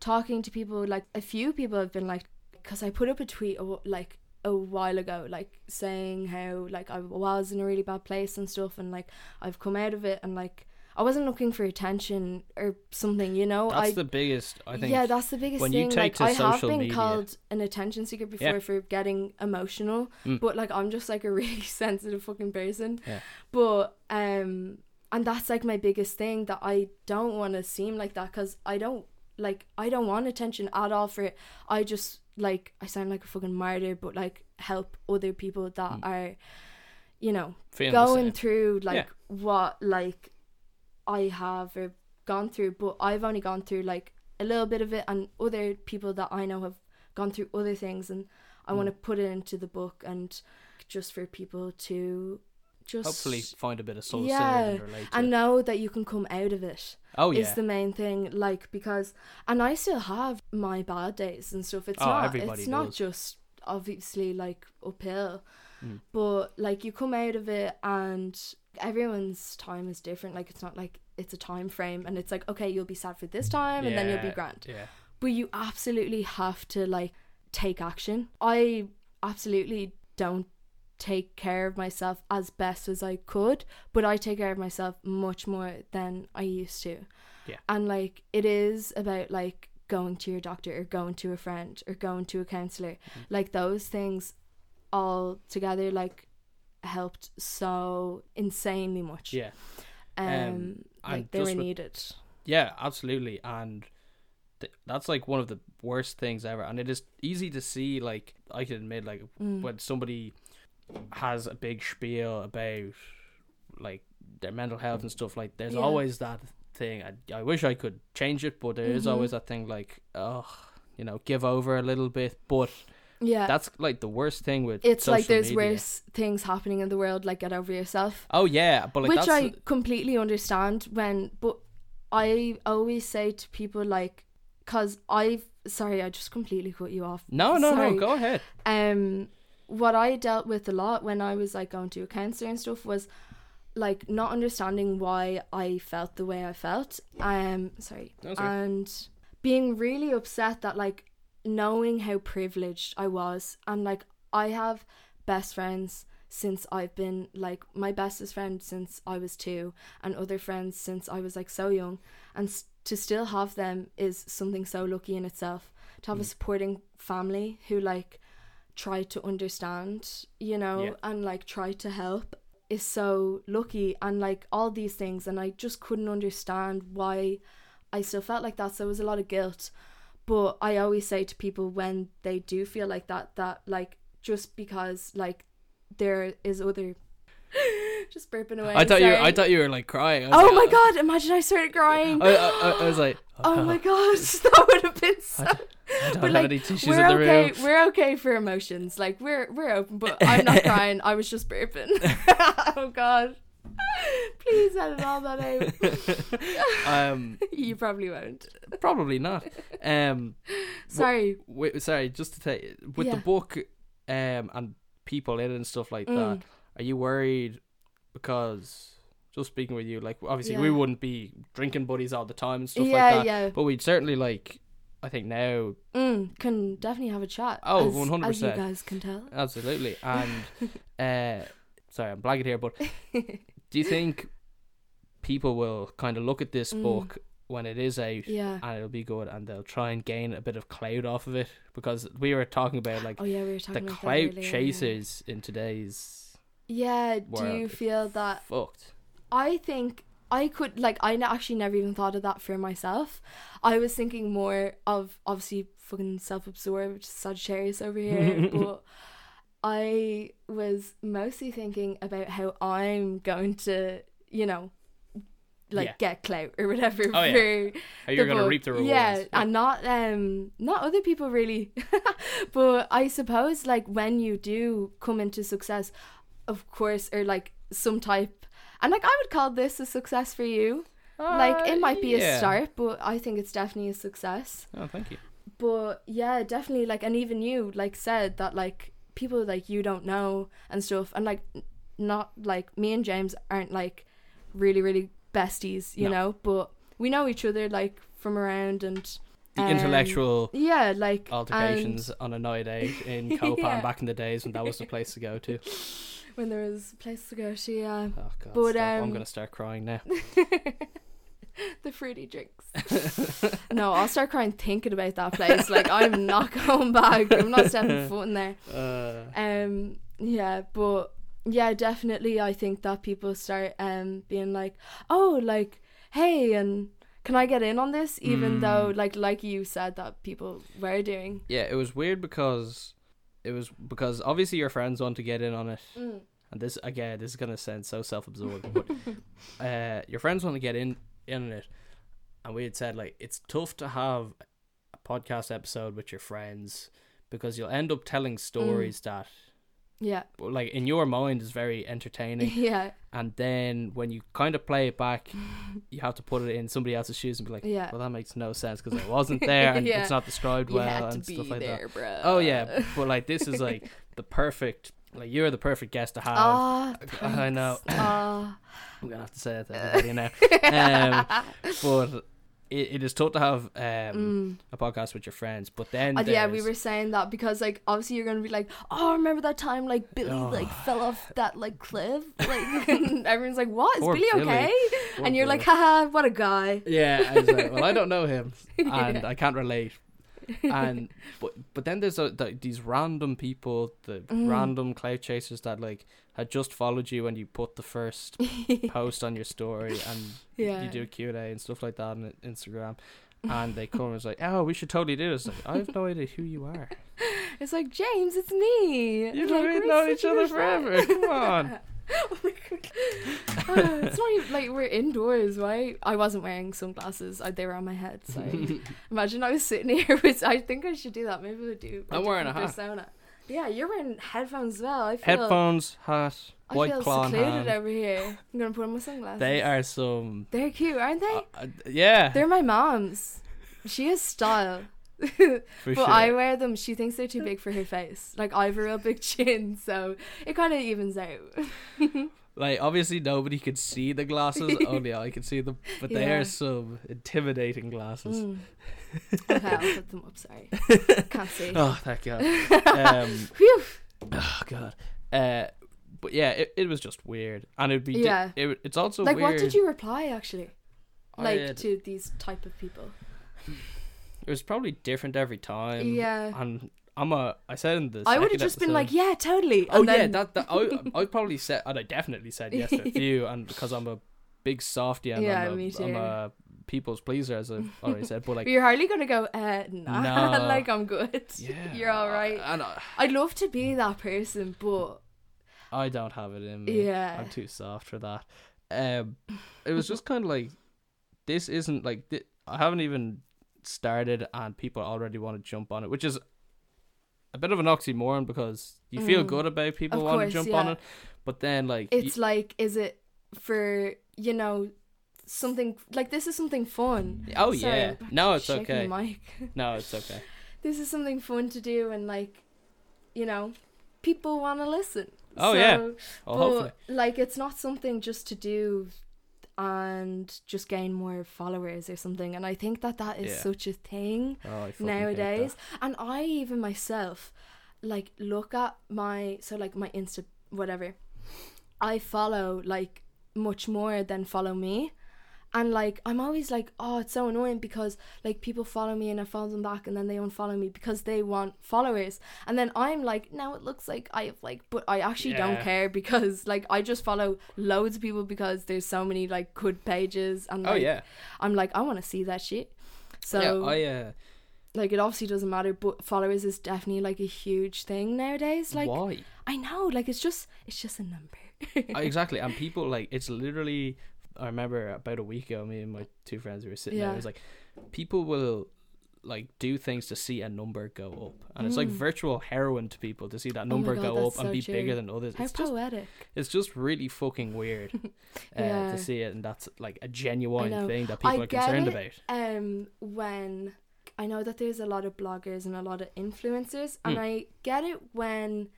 S2: talking to people like a few people have been like because i put up a tweet a wh- like a while ago like saying how like i was in a really bad place and stuff and like i've come out of it and like i wasn't looking for attention or something you know
S1: That's
S2: oh, i
S1: the biggest. I think.
S2: yeah, that's the biggest
S1: when you
S2: thing.
S1: take
S2: like,
S1: to
S2: I have
S1: social
S2: been
S1: media-
S2: called an attention seeker before for getting emotional,
S1: Mm.
S2: but like I'm just like a really sensitive fucking person.
S1: Yeah.
S2: But um, and that's like my biggest thing that I don't want to seem like that because I don't like I don't want attention at all for it. I just like I sound like a fucking martyr, but like help other people that
S1: Mm.
S2: are, you know,
S1: feeling the
S2: going
S1: same.
S2: through like
S1: Yeah.
S2: what like I have or gone through, but I've only gone through like a little bit of it, and other people that I know have gone through other things, and I
S1: Mm.
S2: want to put it into the book and just for people to just
S1: Hopefully, find a bit of solace
S2: Yeah,
S1: in it and relate to
S2: and
S1: it.
S2: know that you can come out of it
S1: Oh
S2: is
S1: yeah.
S2: the main thing like because and i still have my bad days and stuff it's
S1: Oh,
S2: not
S1: everybody
S2: it's not
S1: does.
S2: just obviously like uphill
S1: Mm.
S2: but like you come out of it and everyone's time is different like it's not like it's a time frame and it's like okay you'll be sad for this time and then you'll be
S1: Yeah,
S2: grand
S1: Yeah.
S2: but you absolutely have to like take action. I absolutely don't take care of myself as best as I could, but I take care of myself much more than I used to.
S1: Yeah.
S2: And like it is about like going to your doctor or going to a friend or going to a counselor.
S1: Mm-hmm.
S2: Like those things all together like helped so insanely much.
S1: Yeah.
S2: Um,
S1: Um, and
S2: like they were
S1: just with-
S2: needed.
S1: Yeah, absolutely. And th- that's like one of the worst things ever. And it is easy to see, like, I can admit, like,
S2: Mm.
S1: when somebody has a big spiel about, like, their mental health and stuff, like, there's
S2: Yeah.
S1: always that thing. I, I wish I could change it, but there is
S2: Mm-hmm.
S1: always that thing, like, oh, you know, give over a little bit. But
S2: Yeah.
S1: that's, like, the worst thing with
S2: Uh, it's like
S1: social
S2: there's
S1: media.
S2: worse things happening in the world like get over yourself
S1: Oh, yeah. But, like,
S2: which
S1: that's.
S2: i completely understand when but i always say to people like because i've sorry i just completely cut you off
S1: No, no,
S2: Sorry.
S1: no. Go ahead.
S2: um what i dealt with a lot when i was like going to a counselor and stuff was like not understanding why i felt the way i felt um sorry
S1: That's all right.
S2: and being really upset that like knowing how privileged i was and like i have best friends since i've been like my bestest friend since i was 2 and other friends since i was like so young and s- to still have them is something so lucky in itself to have a supporting family who like try to understand, you know,
S1: Yeah.
S2: and like try to help is so lucky and like all these things and I just couldn't understand why I still felt like that. So it was a lot of guilt. But I always say to people when they do feel like that that like just because like there is other just burping away.
S1: I thought you. I
S2: sorry.
S1: thought you were like crying. I was
S2: Oh
S1: like,
S2: my
S1: uh,
S2: god, imagine I started crying.
S1: I, I, I- I was like,
S2: oh my gosh, that would have been so
S1: I don't
S2: But,
S1: have
S2: like,
S1: any tissues
S2: we're
S1: in the
S2: okay.
S1: room.
S2: We're okay for emotions. Like we're we're open, but I'm not crying. I was just burping. oh God! Please edit all that out.
S1: um,
S2: you probably won't.
S1: probably not. Um,
S2: Sorry.
S1: wait, sorry, just to take with the
S2: Yeah.
S1: book, um, and people in it and stuff like that.
S2: Mm.
S1: Are you worried because just speaking with you, like obviously we
S2: Yeah.
S1: wouldn't be drinking buddies all the time and stuff
S2: yeah,
S1: like that,
S2: yeah.
S1: but we'd certainly like. I think now,
S2: Mm, can definitely have a chat.
S1: Oh,
S2: as-
S1: 100%.
S2: As you guys can tell.
S1: absolutely, and uh, sorry, I'm blagging here, but do you think people will kind of look at this
S2: Mm.
S1: book when it is out
S2: yeah.
S1: and it'll be good and they'll try and gain a bit of clout off of it because we were talking about like
S2: Oh yeah, we were
S1: the
S2: talking about that
S1: clout
S2: earlier, yeah.
S1: chasers in today's
S2: Yeah. Do
S1: world
S2: you
S1: is
S2: feel that
S1: fucked
S2: I think I could like I n- actually never even thought of that for myself. I was thinking more of obviously fucking self-absorbed Sagittarius over here, but I was mostly thinking about how I'm going to, you know, like
S1: Yeah.
S2: get clout or whatever
S1: Oh, yeah.
S2: for
S1: how you're
S2: the
S1: gonna
S2: book.
S1: reap the rewards
S2: Yeah, and not um not other people really, but I suppose like when you do come into success, of course, or like some type, and like I would call this a success for you.
S1: Ah,
S2: like
S1: Uh,
S2: it might be a start, but I think it's definitely a success.
S1: oh thank you
S2: But yeah, definitely like, and even you like said that like people like you don't know and stuff, and like n- not like me and James aren't like really really besties, you
S1: No.
S2: know, but we know each other like from around and
S1: the
S2: um,
S1: intellectual
S2: yeah, like
S1: altercations on a night out in Copan
S2: Yeah.
S1: back in the days when that was the place to go to
S2: and when there was places to go uh, to, yeah,
S1: oh god
S2: But,
S1: stop. I'm
S2: um,
S1: gonna start crying now
S2: the fruity drinks. no, I'll start crying thinking about that place. Like I'm not going back. I'm not stepping foot in there.
S1: uh,
S2: um yeah but yeah definitely i think that people start um being like oh like hey and can i get in on this even
S1: Mm.
S2: though like like you said that people were doing
S1: yeah it was weird because it was because obviously your friends want to get in on it
S2: mm.
S1: and this again this is going to sound so self-absorbed but uh your friends want to get in in it and we had said like it's tough to have a podcast episode with your friends because you'll end up telling
S2: Mm.
S1: stories that
S2: yeah
S1: but like in your mind is very entertaining
S2: yeah
S1: and then when you kind of play it back you have to put it in somebody else's shoes and be like
S2: Yeah.
S1: well that makes no sense because i wasn't there and
S2: Yeah.
S1: it's not described
S2: you
S1: well
S2: had to
S1: and
S2: be
S1: stuff like that
S2: there bro
S1: oh yeah but like this is like the perfect like you're the perfect guest to have
S2: ah
S1: I know.
S2: thanks. ah
S1: I'm gonna have to say that to everybody now. Um, but it, it is tough to have um, a podcast with your friends, but then
S2: Uh, Mm. yeah, we
S1: there's-
S2: were saying that because like obviously you're gonna be like, oh, remember that time like Billy
S1: Oh.
S2: like fell off that like cliff? Like and everyone's like, what is
S1: Poor
S2: Billy
S1: Billy.
S2: okay?
S1: Poor
S2: and you're
S1: Billy.
S2: like, haha, what a guy.
S1: Yeah, I was like, well, I don't know him, and I can't relate. And but but then there's a, the, these random people, the
S2: Mm.
S1: random clout chasers that like had just followed you when you put the first post on your story, and
S2: Yeah.
S1: you do a Q and A and stuff like that on Instagram, and they come and it's like, oh, we should totally do this. Like, I have no idea who you are.
S2: It's like James, it's me.
S1: You've
S2: like,
S1: been
S2: we're
S1: known each
S2: such
S1: other
S2: good
S1: forever.
S2: friends.
S1: Come on.
S2: Oh my God. Uh, it's not even like we're indoors, right? I wasn't wearing sunglasses; I, they were on my head. So imagine I was sitting here with. I think I should do that. Maybe we'll do. a
S1: I'm wearing a
S2: different
S1: hat.
S2: persona. Yeah, you're wearing headphones as well. I feel,
S1: Headphones, hat,
S2: I
S1: white
S2: feel
S1: claw in
S2: secluded
S1: hand.
S2: over here. I'm gonna put on my sunglasses.
S1: They are some.
S2: They're cute, aren't they?
S1: Uh, uh, yeah,
S2: They're my mom's. She has style.
S1: for
S2: But
S1: sure.
S2: I wear them. She thinks they're too big for her face. Like I have a real big chin, so it kind of evens out.
S1: Like obviously nobody could see the glasses, only I could see them. But they
S2: Yeah.
S1: are some intimidating glasses.
S2: Mm. Okay, I'll put them up. Sorry, can't see.
S1: Oh, thank God. um,
S2: Phew.
S1: oh God. Uh, but yeah, it, it was just weird, and it'd be di-
S2: Yeah.
S1: it would- it's also
S2: Like,
S1: weird.
S2: what did you reply actually?
S1: I
S2: Like
S1: had-
S2: to these type of people?
S1: It was probably different every time.
S2: Yeah.
S1: And I'm a. I said in the.
S2: I would have
S1: Um, second
S2: just been like,
S1: episode-
S2: yeah, totally.
S1: Oh
S2: and
S1: yeah,
S2: then,
S1: that, that I I probably said and I definitely said yes to a few, and because I'm a big softy and
S2: Yeah,
S1: I'm, a,
S2: me too.
S1: am a people's pleaser, as I've already said. But like,
S2: you're hardly gonna go. Uh, nah.
S1: No.
S2: like I'm good.
S1: yeah,
S2: You're all right.
S1: And I,
S2: I'd love to be
S1: Mm.
S2: that person, but
S1: I don't have it in me.
S2: Yeah.
S1: I'm too soft for that. Um, it was just kind of like this isn't like thi- I haven't even started, and people already want to jump on it, which is a bit of an oxymoron because you feel good about people
S2: Mm. Of
S1: want
S2: course,
S1: to jump on
S2: yeah.
S1: it, but then like y-
S2: it's like, is it for you know something like this is something fun?
S1: oh
S2: Sorry,
S1: yeah,
S2: I'm
S1: no, it's
S2: actually
S1: okay,
S2: shaking the mic.
S1: no, it's okay.
S2: this is something fun to do and like you know people want to listen
S1: Oh,
S2: so,
S1: yeah.
S2: but
S1: Well, Oh, hopefully,
S2: like it's not something just to do and just gain more followers or something and i think that that is
S1: Yeah.
S2: such a thing
S1: oh, I fucking hate
S2: nowadays and i even myself like look at my so like my insta whatever i follow like much more than follow me and like i'm always like oh it's so annoying because like people follow me and i follow them back and then they unfollow me because they want followers and then i'm like now it looks like i have like but i actually don't
S1: Yeah.
S2: care because like i just follow loads of people because there's so many like good pages and
S1: that. Oh
S2: like,
S1: yeah,
S2: i'm like i want to see that shit so
S1: yeah. I uh,
S2: like it obviously doesn't matter but followers is definitely like a huge thing nowadays like
S1: why
S2: i know like it's just it's just a number
S1: Uh, exactly. And people like it's literally. I remember about a week ago, me and my two friends we were sitting there.
S2: Yeah.
S1: It was like people will like do things to see a number go up, and it's like virtual heroin to people to see that number
S2: Mm. Oh God,
S1: go up
S2: that's
S1: and
S2: so
S1: be
S2: true.
S1: bigger than others.
S2: how
S1: It's just
S2: poetic
S1: it's just really fucking weird uh,
S2: Yeah.
S1: to see it, and that's like a
S2: know.
S1: genuine thing that
S2: I
S1: people are
S2: get
S1: concerned
S2: it.
S1: about.
S2: um when i know that there's a lot of bloggers and a lot of influencers and
S1: Hmm.
S2: i get it when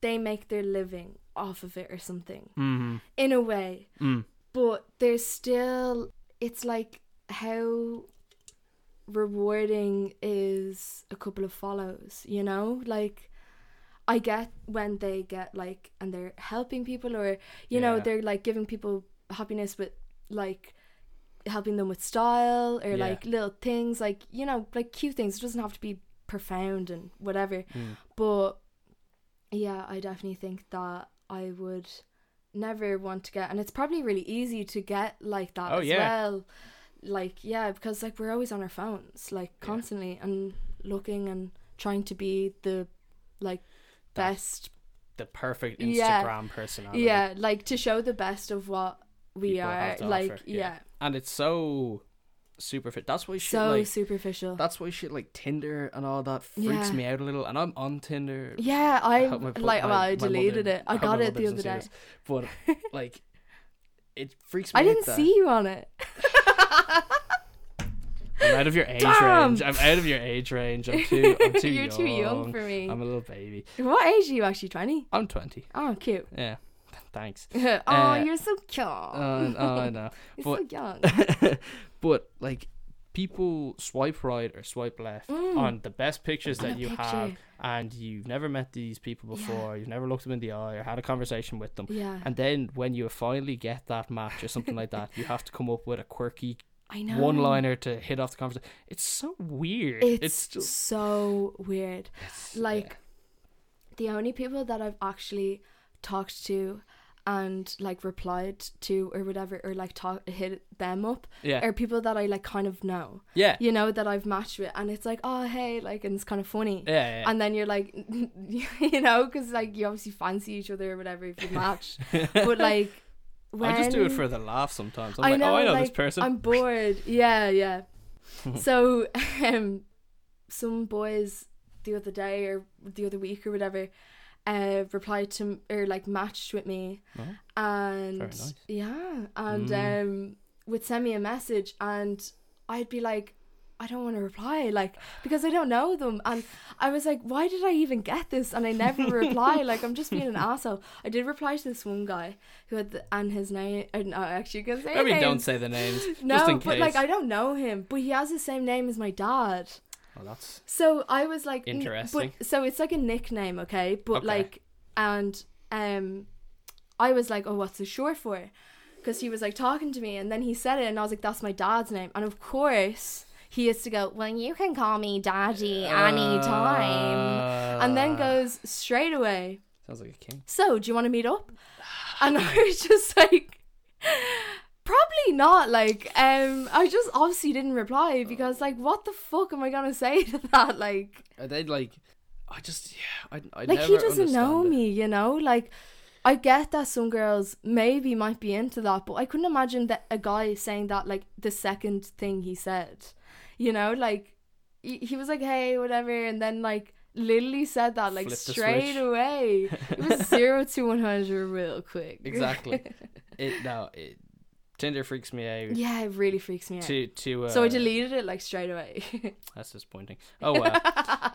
S2: they make their living off of it or something
S1: Mm-hmm.
S2: in a way
S1: Mm.
S2: but there's still it's like how rewarding is a couple of follows you know like i get when they get like and they're helping people or you know
S1: Yeah.
S2: they're like giving people happiness with like helping them with style or
S1: Yeah.
S2: like little things like you know like cute things it doesn't have to be profound and whatever but yeah i definitely think that i would never want to get and it's probably really easy to get like that
S1: Oh,
S2: as
S1: yeah.
S2: well like yeah because like we're always on our phones like constantly and looking and trying to be the like
S1: That-
S2: best
S1: The perfect Instagram
S2: Yeah.
S1: personality.
S2: yeah like to show the best of what we
S1: people
S2: are
S1: have to
S2: like
S1: offer,
S2: yeah,
S1: and it's so superficial. That's why shit
S2: so
S1: like
S2: superficial
S1: that's why shit like Tinder and all that freaks
S2: Yeah.
S1: me out a little. And I'm on Tinder.
S2: yeah i
S1: hope my fu-
S2: like
S1: my-
S2: well i
S1: my mother-
S2: deleted it i
S1: hope
S2: got
S1: my
S2: it the
S1: mother
S2: other day
S1: doesn't see this. But like, it freaks me.
S2: i
S1: out
S2: didn't
S1: that-
S2: see you on it
S1: I'm out of your age
S2: Damn!
S1: range. I'm out of your age range. I'm too. I'm too
S2: you're
S1: young.
S2: too young for me
S1: I'm a little baby.
S2: what age are you actually 20
S1: I'm 20.
S2: oh cute
S1: Yeah. Thanks.
S2: oh,
S1: Uh,
S2: you're so cute.
S1: Uh, oh, I know.
S2: you're
S1: but
S2: so young.
S1: but like people swipe right or swipe left
S2: Mm.
S1: on the best pictures
S2: On
S1: that
S2: a
S1: you
S2: picture.
S1: have and you've never met these people
S2: Yeah.
S1: before, you've never looked them in the eye or had a conversation with them.
S2: Yeah.
S1: And then when you finally get that match or something like that, you have to come up with a quirky
S2: I know.
S1: one liner to hit off the conversation. It's so weird.
S2: It's,
S1: It's, just
S2: so weird.
S1: it's-
S2: Like the only people that I've actually talked to and like replied to or whatever or like talk hit them up
S1: yeah, yeah,
S2: are people that I like kind of know.
S1: yeah,
S2: You know that I've matched with and it's like, "Oh, hey," like and it's kind of funny.
S1: yeah, yeah.
S2: And then you're like, you know, because like you obviously fancy each other or whatever if you match. but like, when
S1: I just do it for the laugh sometimes. I'm
S2: I
S1: like,
S2: know,
S1: oh, I know this
S2: like,
S1: person.
S2: I'm bored. Yeah, yeah. so, um, some boys the other day or the other week or whatever, uh, replied to m- or like matched with me,
S1: Oh.
S2: and
S1: Very nice.
S2: yeah, and
S1: Mm.
S2: um, would send me a message, and I'd be like. I don't want to reply, like because I don't know them, and I was like, why did I even get this? And I never reply. Like I'm just being an asshole. I did reply to this one guy who had the, and his name. I'm not actually gonna say.
S1: Maybe
S2: names.
S1: don't say the names.
S2: No,
S1: just in
S2: but like
S1: case.
S2: I don't know him, but he has the same name as my dad.
S1: Oh, that's
S2: So I was like, n-
S1: Interesting.
S2: But, so it's like a nickname, okay? But
S1: Okay.
S2: like, and um, I was like, oh, what's it short for? Because he was like talking to me, and then he said it, and I was like, that's my dad's name, and of course he is to go. Well, you can call me daddy anytime, and then
S1: Uh,
S2: goes straight away.
S1: Sounds like a king.
S2: So do you want to meet up? And I was just like. Probably not. Like, um, I just obviously didn't reply because, like, what the fuck am I gonna say to that? Like,
S1: Are they like? I just yeah. I, I
S2: like
S1: never
S2: he doesn't know
S1: understand it.
S2: me you know like i get that some girls maybe might be into that but i couldn't imagine that a guy saying that like the second thing he said you know like he, he was like hey whatever and then like literally said that like
S1: Flipped the
S2: straight
S1: switch.
S2: away it was zero to 100 real quick
S1: Exactly. it no. It, Tinder freaks me out.
S2: yeah it really freaks me out
S1: To to uh,
S2: so i deleted it like straight away
S1: That's disappointing. Oh well.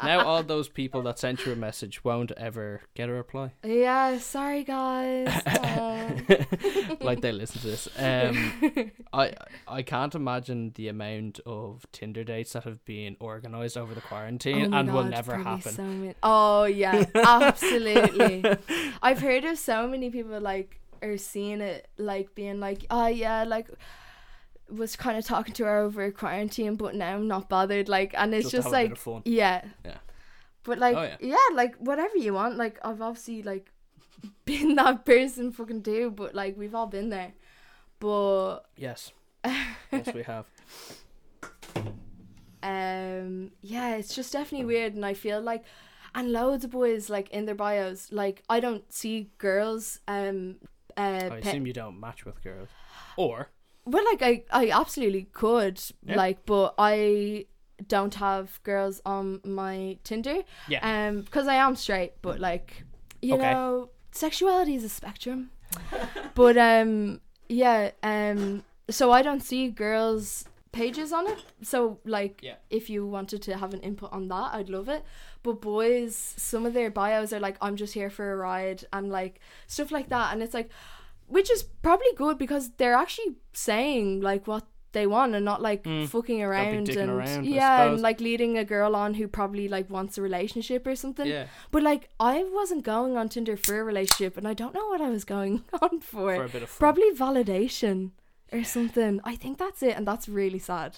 S1: now all those people that sent you a message won't ever get a reply.
S2: yeah sorry guys Aw.
S1: like they listen to this. Um, I I can't imagine the amount of Tinder dates that have been organised over the
S2: Oh
S1: quarantine
S2: my
S1: and will
S2: God,
S1: never
S2: probably
S1: happen.
S2: so many- Oh yeah, absolutely. I've heard of so many people like are seeing it like being like, oh yeah, like was kind of talking to her over quarantine, but now I'm not bothered. Like, and it's
S1: Just
S2: just,
S1: have a bit
S2: like,
S1: of fun.
S2: yeah,
S1: Yeah.
S2: But like,
S1: Oh, yeah.
S2: yeah. like whatever you want. Like, I've obviously like been that person, fucking do. But like, we've all been there. But
S1: Yes. yes, we have.
S2: um yeah it's just definitely weird and i feel like and loads of boys like in their bios like i don't see girls um uh
S1: I
S2: pe-
S1: assume you don't match with girls, or
S2: well like i i absolutely could
S1: Yeah.
S2: like but i don't have girls on my tinder
S1: Yeah. Mm.
S2: um because i am straight but like you
S1: Okay.
S2: know sexuality is a spectrum but um yeah um so i don't see girls pages on it so like
S1: Yeah.
S2: if you wanted to have an input on that i'd love it but boys some of their bios are like i'm just here for a ride and like stuff like that and it's like which is probably good because they're actually saying like what they want and not like
S1: Mm.
S2: fucking around
S1: dicking
S2: and
S1: around, I
S2: yeah and
S1: suppose.
S2: like leading a girl on who probably like wants a relationship or something
S1: yeah,
S2: but like i wasn't going on tinder for a relationship and i don't know what i was going on for,
S1: for a bit of fun.
S2: probably validation or something i think that's it and that's really sad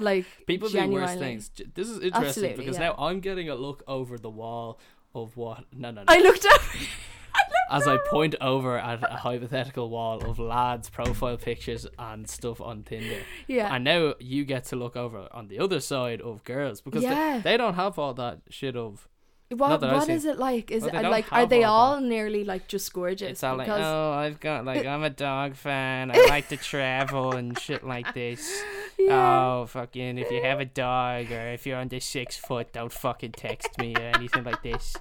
S2: like
S1: People do worse
S2: genuinely.
S1: things. J- This is interesting
S2: Absolutely,
S1: because
S2: yeah.
S1: now I'm getting a look over the wall of what. No, no, no.
S2: i looked over
S1: As I point over at a hypothetical wall of lads' profile pictures and stuff on Tinder.
S2: yeah
S1: And now you get to look over on the other side of girls because they-
S2: Yeah.
S1: they, don't have all that shit of.
S2: What
S1: Not that I've
S2: what
S1: seen.
S2: is it like? Is
S1: Well,
S2: it uh,
S1: they don't
S2: like are
S1: have
S2: they
S1: all
S2: all nearly like just gorgeous?
S1: It's all like,
S2: Because-
S1: oh, I've got, like, I'm a dog fan. I like to travel and shit like this.
S2: yeah.
S1: Oh, fucking, if you have a dog or if you're under six foot, don't fucking text me or anything like this.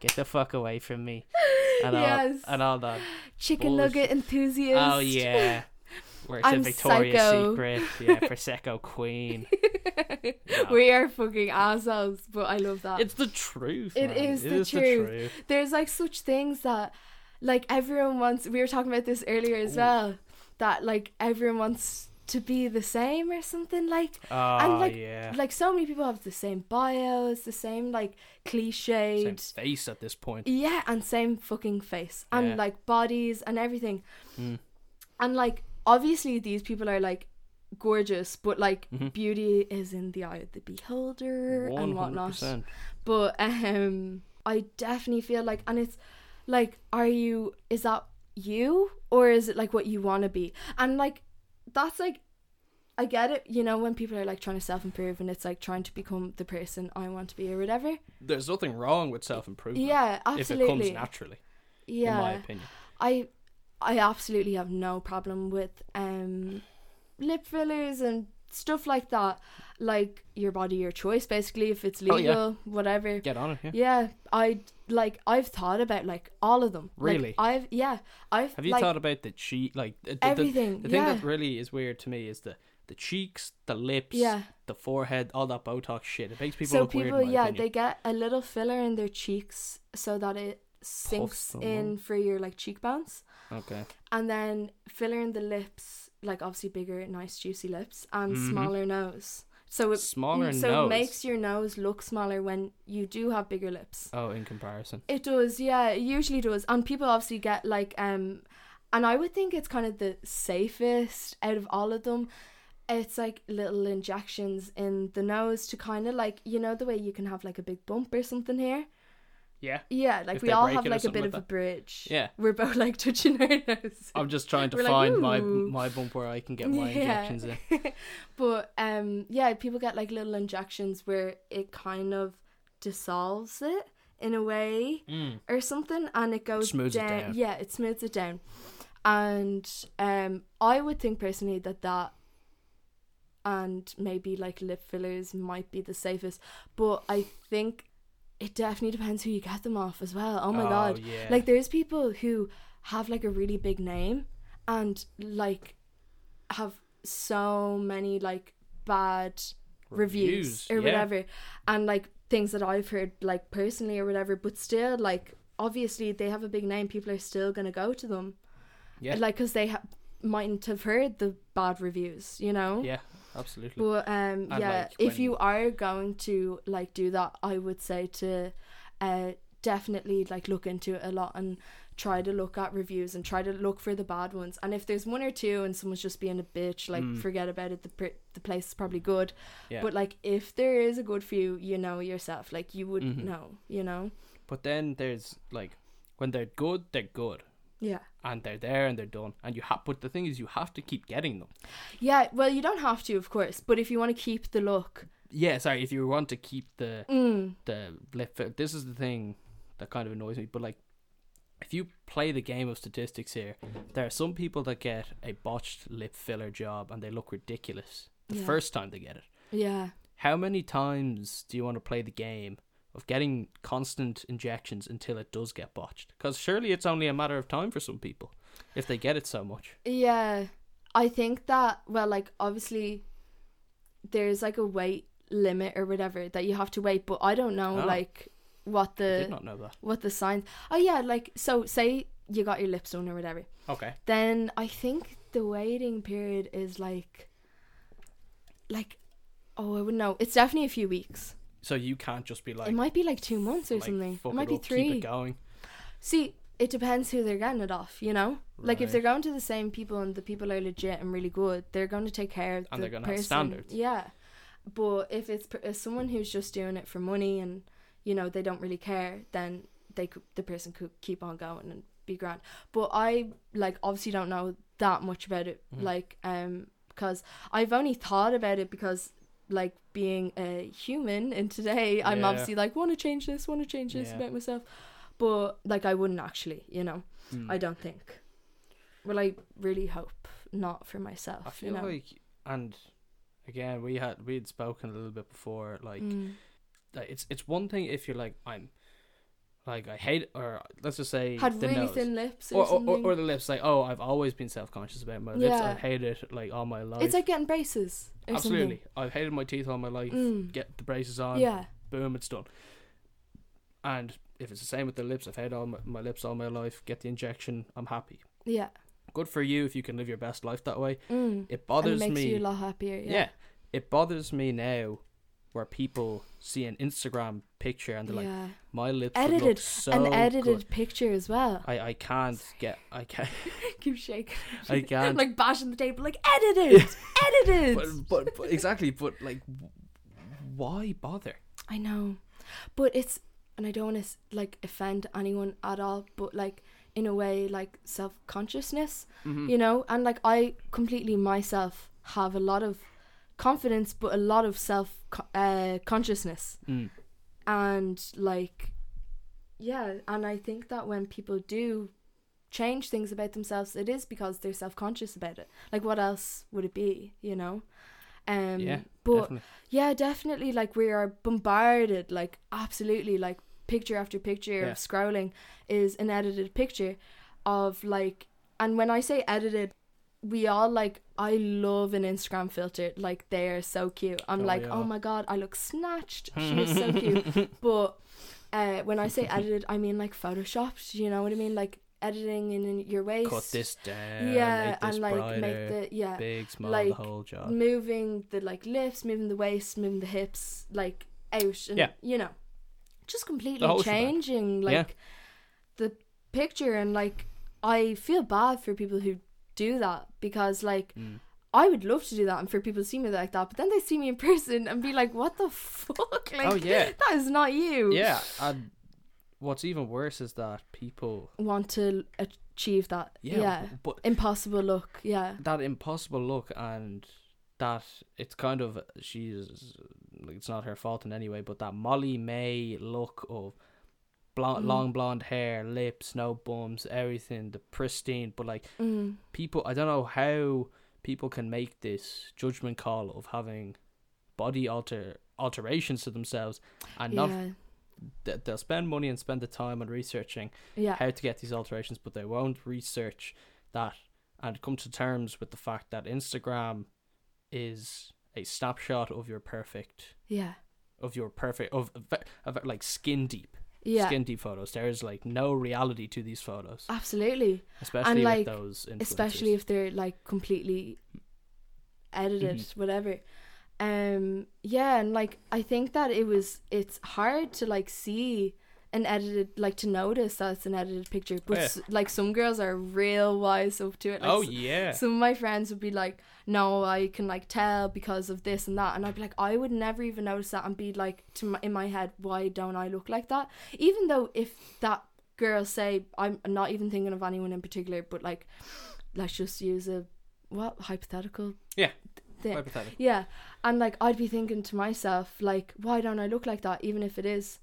S1: Get the fuck away from me. And,
S2: Yes.
S1: all, and all that.
S2: chicken
S1: bullshit.
S2: nugget enthusiast.
S1: Oh, yeah. Where it's a
S2: I'm
S1: Victoria's
S2: psycho.
S1: Secret. Yeah, Prosecco Queen. Yeah.
S2: we are fucking assholes, but I love that.
S1: It's the truth.
S2: It
S1: man.
S2: is the truth. There's like such things that like everyone wants. We were talking about this earlier as well. That like everyone wants to be the same or something like
S1: Oh,
S2: and like
S1: yeah.
S2: like so many people have the same bios, the same like
S1: Same
S2: cliched
S1: face at this point.
S2: yeah, and same fucking face and
S1: Yeah.
S2: like bodies and everything.
S1: Mm.
S2: And like obviously these people are like gorgeous, but like
S1: Mhm.
S2: beauty is in the eye of the beholder and whatnot.
S1: 100%.
S2: But um I definitely feel like and it's like are you is that you or is it like what you want to be? And like that's like I get it, you know, when people are like trying to self improve and it's like trying to become the person I want to be or whatever.
S1: There's nothing wrong with self improvement.
S2: Yeah,
S1: Mm-hmm. If it comes
S2: absolutely.
S1: naturally,
S2: yeah.
S1: in my opinion.
S2: I I absolutely have no problem with um lip fillers and stuff like that. Like your body, your choice, basically, if it's
S1: Oh,
S2: legal,
S1: yeah.
S2: whatever.
S1: Get on it, yeah.
S2: Yeah, I like I've thought about like all of them. Like,
S1: Really?
S2: I've yeah, I've
S1: Have you
S2: like,
S1: thought about the cheek? Like the, the-
S2: everything,
S1: The, the thing
S2: yeah.
S1: that really is weird to me is the the cheeks, the lips,
S2: Yeah.
S1: the forehead, all that Botox shit. It makes people
S2: so
S1: look
S2: people
S1: weird. In my
S2: yeah
S1: opinion.
S2: they get a little filler in their cheeks so that it sinks
S1: them
S2: in for your like cheekbones,
S1: Okay.
S2: and then filler in the lips, like obviously bigger, nice juicy lips, and
S1: Mhm.
S2: smaller nose. So it
S1: Smaller
S2: Mm, so
S1: nose.
S2: it makes your nose look smaller when you do have bigger lips.
S1: Oh, in comparison.
S2: It does, yeah, it usually does. And people obviously get like um and I would think it's kind of the safest out of all of them. It's like little injections in the nose to kind of like you know the way you can have like a big bump or something here.
S1: Yeah.
S2: Yeah, like
S1: If
S2: we
S1: they
S2: all
S1: break
S2: have
S1: it or
S2: like a bit
S1: something
S2: of
S1: like
S2: a bridge.
S1: Yeah.
S2: We're both like touching our nose.
S1: I'm just trying to
S2: We're like,
S1: find my
S2: "Ooh."
S1: my bump where I can get my injections in.
S2: but um yeah, people get like little injections where it kind of dissolves it in a way
S1: Mm.
S2: or something and it goes
S1: Smooths it
S2: down.
S1: down.
S2: Yeah, it smooths it down. And um I would think personally that that and maybe like lip fillers might be the safest, but I think it definitely depends who you get them off as well. Oh my god.
S1: Yeah.
S2: Like there's people who have like a really big name and like have so many like bad reviews, or
S1: yeah.
S2: whatever and like things that I've heard like personally or whatever but still like obviously they have a big name people are still going to go to them
S1: Yeah.
S2: like cuz they ha- mightn't have heard the bad reviews you know
S1: Yeah. Absolutely.
S2: but um
S1: And,
S2: yeah
S1: like,
S2: if
S1: when-
S2: you are going to like do that I would say to uh definitely like look into it a lot and try to look at reviews and try to look for the bad ones and if there's one or two and someone's just being a bitch like
S1: Mm.
S2: forget about it the pr- the place is probably good
S1: Yeah.
S2: but like if there is a good few you know yourself like you would
S1: Mhm.
S2: know you know
S1: But then there's like when they're good, they're good.
S2: yeah
S1: And they're there and they're done. And you have but the thing is you have to keep getting them.
S2: yeah well you don't have to of course but if you want to keep the look
S1: Yeah, sorry, if you want to keep the
S2: mm,
S1: the left foot. This is the thing that kind of annoys me. But like, if you play the game of statistics here, there are some people that get a botched lip filler job and they look ridiculous the
S2: Yeah.
S1: first time they get it.
S2: yeah
S1: How many times do you want to play the game of getting constant injections until it does get botched? Because surely it's only a matter of time for some people if they get it so much.
S2: Yeah, I think that well, like obviously, there's like a weight limit or whatever that you have to wait, but I don't know
S1: Oh.
S2: like what
S1: I did
S2: the
S1: not know that.
S2: what the signs. Oh yeah, like so say you got your lips done or whatever,
S1: Okay.
S2: then I think the waiting period is like, like, oh I wouldn't know. It's definitely a few weeks.
S1: So you can't just be like,
S2: it might be like two months or
S1: like,
S2: something.
S1: fuck
S2: It might be
S1: up,
S2: three.
S1: Keep it going.
S2: See, it depends who they're getting it off, you know? Like, if
S1: Right.
S2: they're going to the same people and the people are legit and really good, they're going to take care of
S1: And
S2: the
S1: they're gonna have
S2: person.
S1: standards.
S2: Yeah. But if it's per- if someone who's just doing it for money and, you know, they don't really care, then they could, the person could keep on going and be grand. But I, like, obviously don't know that much about it.
S1: Mhm.
S2: Like, um, because I've only thought about it because, like, being a human in today, I'm
S1: Yeah.
S2: obviously like, want to change this, want to change this
S1: Yeah.
S2: about myself but like I wouldn't actually, you know.
S1: Hmm.
S2: I don't think. Well, I really hope not for myself.
S1: I feel
S2: you know?
S1: like, and again, we had we had spoken a little bit before. Like,
S2: Mm.
S1: like, it's it's one thing if you're like I'm, like I hate, or let's just say
S2: had
S1: the
S2: really
S1: nose.
S2: thin lips or,
S1: or, or, or
S2: something.
S1: or the lips. Like, oh, I've always been self conscious about my lips.
S2: Yeah.
S1: I've hated like all my life.
S2: it's like getting braces. Or
S1: absolutely, I've hated my teeth all my life.
S2: Mm.
S1: Get the braces on.
S2: Something. Yeah.
S1: Boom, it's done. And if it's the same with the lips, I've hated all my, my lips all my life. Get the injection. I'm happy.
S2: Yeah.
S1: good for you if you can live your best life that way. It
S2: Mm. And it
S1: bothers
S2: makes
S1: me.
S2: you a lot happier.
S1: yeah.
S2: Yeah.
S1: it bothers me now where people see an Instagram picture and they're like,
S2: Yeah.
S1: my lips would look
S2: edited
S1: so
S2: an edited
S1: good."
S2: picture as well.
S1: I I can't get I can't
S2: Keep shaking.
S1: I can't.
S2: like bashing the table. Like edited, edited.
S1: but, but, but exactly. But like, w- why bother?
S2: I know, but it's and I don't want to like offend anyone at all, but like in a way, like self consciousness, you know, and like I completely myself have a lot of confidence, but a lot of self co- uh, consciousness,
S1: Mm.
S2: and like yeah, and I think that when people do change things about themselves, it is because they're self conscious about it. Like what else would it be, you know? Um,
S1: yeah,
S2: but
S1: definitely.
S2: yeah, definitely. Like we are bombarded, like absolutely, like picture after picture
S1: Yeah.
S2: of scrolling is an edited picture of like, and when I say edited, we all like I love an Instagram filter. Like they are so cute. I'm
S1: Oh,
S2: like,
S1: yeah.
S2: oh my god, I look snatched. She is so cute. But uh, when I say edited, I mean like photoshopped. You know what I mean? Like editing in, in your waist.
S1: cut this down.
S2: Yeah,
S1: make this
S2: and like
S1: brighter,
S2: make the yeah
S1: big, small, the
S2: like,
S1: whole job.
S2: moving the like lips, moving the waist, moving the hips, like out, and
S1: Yeah.
S2: you know, just completely
S1: whole shebang.
S2: changing like
S1: Yeah.
S2: the picture. And like, I feel bad for people who do that because like.
S1: Mm.
S2: I would love to do that and for people to see me like that, but then they see me in person and be like, "What the fuck? Like,
S1: Oh, yeah.
S2: that is not you."
S1: yeah, and what's even worse is that people.
S2: want to achieve that?
S1: Yeah,
S2: Yeah,
S1: but
S2: impossible look. Yeah,
S1: that impossible look and that it's kind of she's like it's not her fault in any way, but that Molly May look of blonde, long blonde hair, lips, no bums, everything, the pristine. But like
S2: mm.
S1: people, I don't know how people can make this judgment call of having body alter alterations to themselves and not
S2: yeah,
S1: th- they'll spend money and spend the time on researching
S2: yeah.
S1: how to get these alterations, but they won't research that and come to terms with the fact that Instagram is a snapshot of your perfect,
S2: yeah,
S1: of your perfect, of, of, of, like skin deep,
S2: yeah,
S1: skin deep photos. There is like no reality to these photos,
S2: absolutely.
S1: especially with
S2: like,
S1: those influencers.
S2: especially if they're like completely edited
S1: Mm-hmm.
S2: whatever um yeah and like i think that it was it's hard to like see an edited like to notice that it's an edited picture but
S1: Oh, yeah.
S2: s- like some girls are real wise up to it like
S1: oh
S2: s-
S1: yeah,
S2: some of my friends would be like no i can like tell because of this and that and i'd be like i would never even notice that and be like to my, in my head why don't i look like that even though if that girl say i'm not even thinking of anyone in particular but like let's just use a what hypothetical
S1: Yeah.
S2: thing
S1: hypothetical.
S2: yeah and like i'd be thinking to myself like why don't i look like that even if it is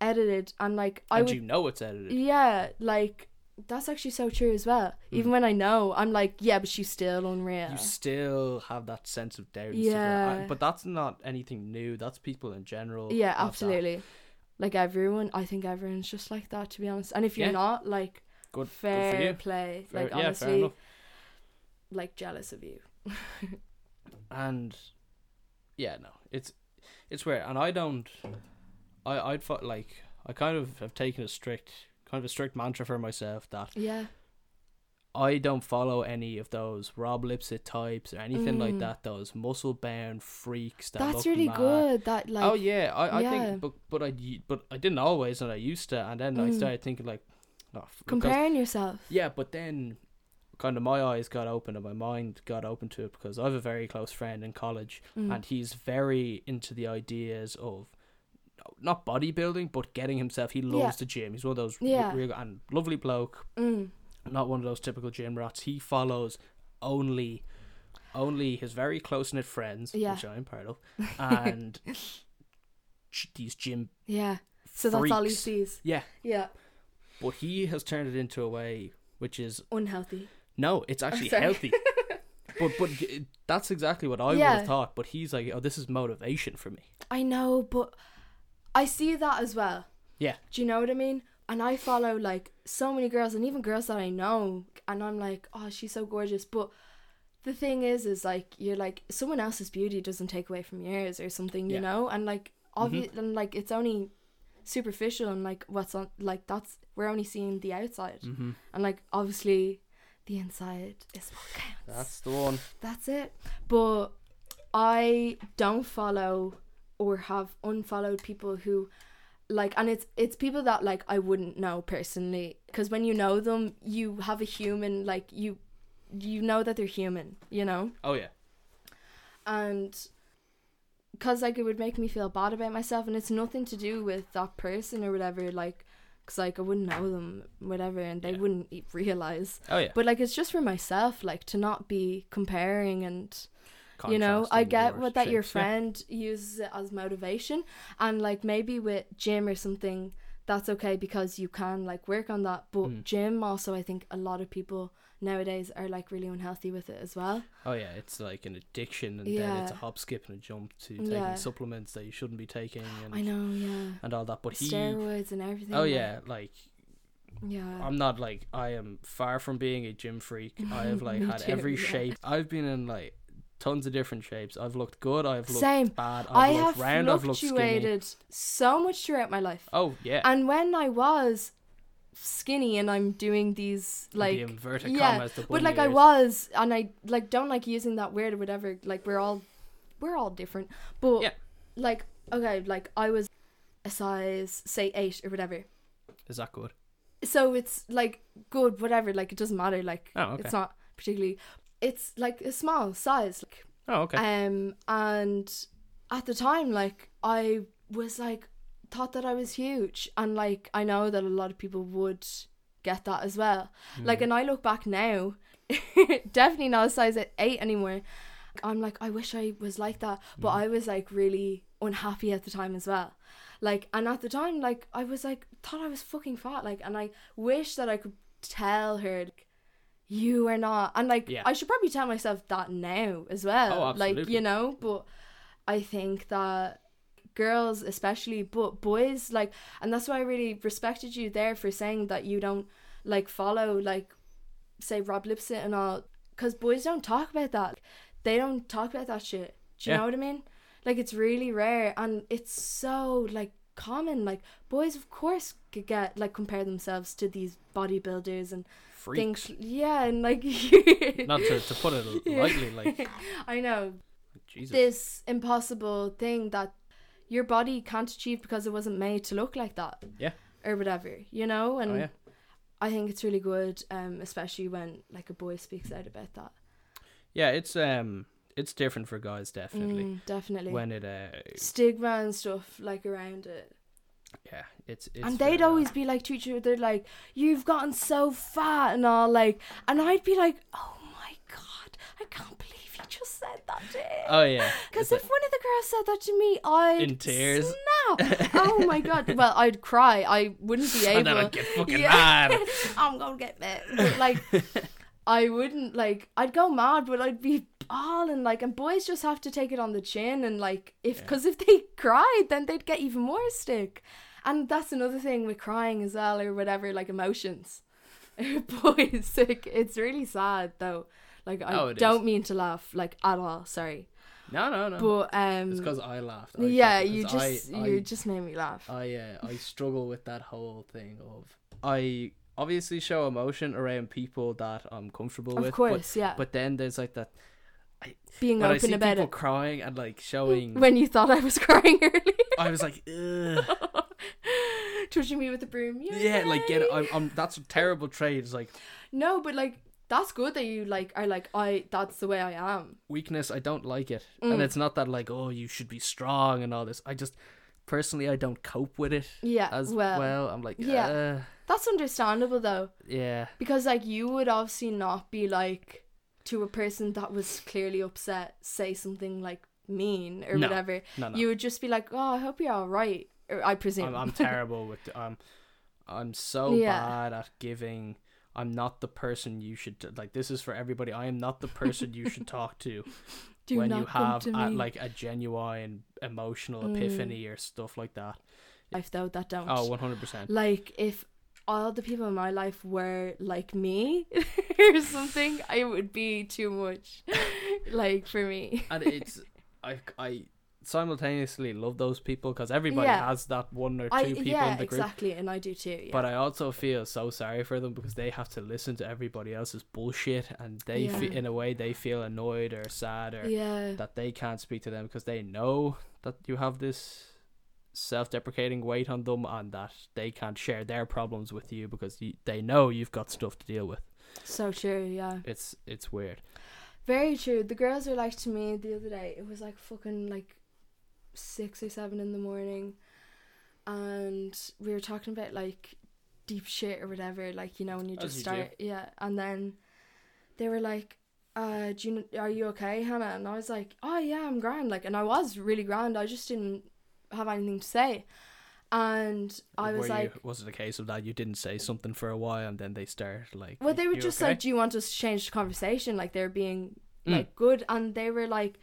S2: edited and like i
S1: and
S2: would
S1: you know it's edited.
S2: yeah, like that's actually so true as well. Even when I know, I'm like, yeah, but she's still unreal.
S1: Mm. you still have that sense of doubt. and stuff like that.
S2: Yeah.
S1: I- but that's not anything new. That's people in general.
S2: yeah,
S1: have that.
S2: absolutely. Like everyone, I think everyone's just like that to be honest. And if you're
S1: Yeah.
S2: not, like,
S1: Good,
S2: fair
S1: good for you.
S2: play.
S1: Fair-
S2: like
S1: yeah, fair
S2: honestly,
S1: enough.
S2: like jealous of you.
S1: and yeah no it's it's weird and i don't i i'd fo- like i kind of have taken a strict kind of a strict mantra for myself that
S2: Yeah,
S1: i don't follow any of those rob lipsit types or anything like
S2: Mm.
S1: that those muscle bound freaks that
S2: that's
S1: look
S2: really
S1: mad.
S2: good. That like,
S1: oh yeah i i
S2: yeah.
S1: think but but i u- but i didn't always and i used to and then i
S2: Mm.
S1: started thinking like oh, f- because-
S2: comparing yourself.
S1: yeah, but then kind of my eyes got open and my mind got open to it because I have a very close friend in college
S2: Mm.
S1: and he's very into the ideas of not bodybuilding but getting himself he loves
S2: Yeah.
S1: the gym he's one of those
S2: Yeah.
S1: real and lovely bloke
S2: Mm.
S1: not one of those typical gym rats he follows only only his very close knit friends
S2: Yeah.
S1: which I'm part of and g- these gym
S2: Yeah. So that's all he
S1: freaks.
S2: sees.
S1: yeah
S2: Yeah,
S1: but he has turned it into a way which is
S2: unhealthy.
S1: No, it's actually
S2: sorry.
S1: healthy. but but y- that's exactly what I would
S2: Yeah.
S1: have thought. But he's like, oh, this is motivation for me.
S2: I know, but I see that as well.
S1: Yeah,
S2: Do you know what I mean? And I follow like so many girls and even girls that I know and I'm like, oh, she's so gorgeous. But the thing is, is like you're like someone else's beauty doesn't take away from yours or something, you
S1: Yeah. Mm-hmm.
S2: know? And like obvious and like it's only
S1: Mm-hmm.
S2: superficial and like what's on like that's we're only seeing the outside. And like obviously the inside is what counts.
S1: That's the one.
S2: That's it. But I don't follow or have unfollowed people who like and it's it's people that like I wouldn't know personally because when you know them you have a human like you you know that they're human, you know?
S1: Oh yeah.
S2: and because like it would make me feel bad about myself and it's nothing to do with that person or whatever like because like i wouldn't know them whatever and they
S1: Yeah.
S2: wouldn't e- realize
S1: Oh yeah.
S2: but like it's just for myself like to not be comparing and you know i
S1: Contrasting
S2: get
S1: your
S2: what that your
S1: shapes, yeah.
S2: friend uses it as motivation and like maybe with gym or something that's okay because you can like work on that but
S1: Mm.
S2: gym also i think a lot of people nowadays are like really unhealthy with it as well
S1: Oh yeah, it's like an addiction, and then it's a
S2: Yeah.
S1: hop, skip, and a jump to taking
S2: Yeah.
S1: supplements that you shouldn't be taking, and,
S2: i know yeah
S1: and all that. But he,
S2: steroids and everything.
S1: oh
S2: like-
S1: yeah, like
S2: yeah.
S1: I'm not like I am far from being a gym freak. I have like
S2: Me
S1: had
S2: too,
S1: every
S2: yeah.
S1: shape. I've been in like tons of different shapes. I've looked good. I've looked
S2: Same.
S1: bad. I've
S2: I
S1: looked
S2: have
S1: round. I've looked skinny.
S2: fluctuated so much throughout my life,
S1: Oh yeah.
S2: and when I was skinny and I'm doing these like
S1: the inverted
S2: yeah,
S1: commas. The
S2: but like I
S1: bunny ears.
S2: was, and I like don't like using that word or whatever. Like we're all we're all different, but
S1: Yeah.
S2: like okay, like I was a size say eight or whatever.
S1: Is that good?
S2: so it's like good whatever like it doesn't matter like
S1: Oh, okay.
S2: it's not particularly it's like a small size like
S1: Oh okay.
S2: Um, and at the time, like I was like thought that I was huge, and like I know that a lot of people would get that as well.
S1: Mm.
S2: Like, and I look back now, definitely not a size at eight anymore. I'm like, I wish I was like that, but
S1: Mm.
S2: I was like really unhappy at the time as well. Like, and at the time, like I was like thought I was fucking fat, like, and I wish that I could tell her. Like, you are not and like
S1: Yeah.
S2: i should probably tell myself that now as well
S1: Oh,
S2: like
S1: absolutely.
S2: you know but i think that girls especially but boys like and that's why i really respected you there for saying that you don't like follow like say rob lipsett and all because boys don't talk about that they don't talk about that shit do you
S1: Yeah.
S2: know what i mean like it's really rare and it's so like common like boys of course could get like compare themselves to these bodybuilders and
S1: Freaks.
S2: things. Yeah, and like
S1: Not to, to put it
S2: Yeah.
S1: lightly, like
S2: I know
S1: Jesus.
S2: this impossible thing that your body can't achieve because it wasn't made to look like that.
S1: Yeah.
S2: Or whatever, you know, and
S1: oh yeah.
S2: I think it's really good, um, especially when like a boy speaks out about that.
S1: Yeah, it's um, it's different for guys definitely.
S2: Mm, definitely.
S1: When it uh,
S2: Stigma and stuff like around it.
S1: yeah, it's, it's
S2: and they'd
S1: very, uh,
S2: always be like to each other, they're like, "You've gotten so fat and all," like, and I'd be like, "Oh my god, I can't believe you just said that to him."
S1: Oh yeah,
S2: Because
S1: It's like-
S2: if one of the girls said that to me, I'd
S1: In tears.
S2: Snap! Oh my god! Well, I'd cry. I wouldn't be able.
S1: and then I get fucking
S2: Yeah.
S1: mad.
S2: I'm gonna get mad. But like, I wouldn't like. I'd go mad, but I'd be bawling. Like, and boys just have to take it on the chin. And like, if because if they cried, then they'd get even more stick. And that's another thing with crying as well, or whatever, like emotions. boys, like, it's really sad though. Like, I
S1: Oh, it is.
S2: don't mean to laugh, like at all. Sorry,
S1: No, no, no.
S2: but um,
S1: Oh. it's because I laughed. I
S2: yeah,
S1: because
S2: you just
S1: I,
S2: you
S1: I,
S2: just made me laugh.
S1: I, uh, I struggle with that whole thing of I obviously show emotion around people that I'm comfortable
S2: Of
S1: with.
S2: course,
S1: but,
S2: yeah.
S1: But then there's like that
S2: Being
S1: when I see
S2: open about
S1: people
S2: it.
S1: crying and like showing.
S2: When you thought I was crying earlier,
S1: I was like, Ugh.
S2: touching me with the broom.
S1: yeah, like get.
S2: yay.
S1: I'm, I'm. That's a terrible trait. It's like
S2: No, but like that's good that you like are like I. That's the way I am.
S1: weakness. I don't like it,
S2: Mm.
S1: and it's not that like oh you should be strong and all this. I just personally I don't cope with it.
S2: Yeah.
S1: as well.
S2: Uh, well,
S1: I'm like, yeah,
S2: yeah. that's understandable though,
S1: yeah,
S2: because like you would obviously not be like to a person that was clearly upset say something like mean or
S1: No,
S2: whatever.
S1: no, no.
S2: You would just be like, oh, I hope you're all right. Or I presume.
S1: I'm, I'm terrible with. Um, I'm so
S2: Yeah.
S1: bad at giving. I'm not the person you should t- like. This is for everybody. I am not the person you should talk to
S2: Do
S1: when
S2: not
S1: you
S2: come
S1: have
S2: to
S1: a,
S2: me. Mm.
S1: like a genuine emotional epiphany or stuff like that.
S2: life though that don't.
S1: Oh, 100 percent.
S2: like if all the people in my life were like me or something it would be too much like for me
S1: And it's I I simultaneously love those people because everybody
S2: Yeah.
S1: has that one or two
S2: I
S1: people
S2: yeah
S1: in the group.
S2: exactly, and I do too. Yeah.
S1: But I also feel so sorry for them because they have to listen to everybody else's bullshit, and they,
S2: Yeah.
S1: fe- in a way, they feel annoyed or sad or
S2: yeah.
S1: that they can't speak to them because they know that you have this self-deprecating weight on them and that they can't share their problems with you because you, they know you've got stuff to deal with.
S2: So true. Yeah.
S1: It's it's weird.
S2: Very true. The girls were like to me the other day. It was like fucking like six or seven in the morning, and we were talking about like deep shit or whatever. Like you know when you
S1: As
S2: just
S1: you do.
S2: start, yeah. And then they were like, "Uh, do you kn- are you okay, Hannah?" And I was like, "Oh yeah, I'm grand." Like, and I was really grand. I just didn't have anything to say, and I
S1: Were
S2: was
S1: you-
S2: like.
S1: was it a case of that you didn't say something for a while and then they start like?
S2: Well, they were
S1: "You
S2: just
S1: okay?"
S2: like, "Do you want us to change the conversation?" Like they were being
S1: Mm.
S2: like good, and they were like,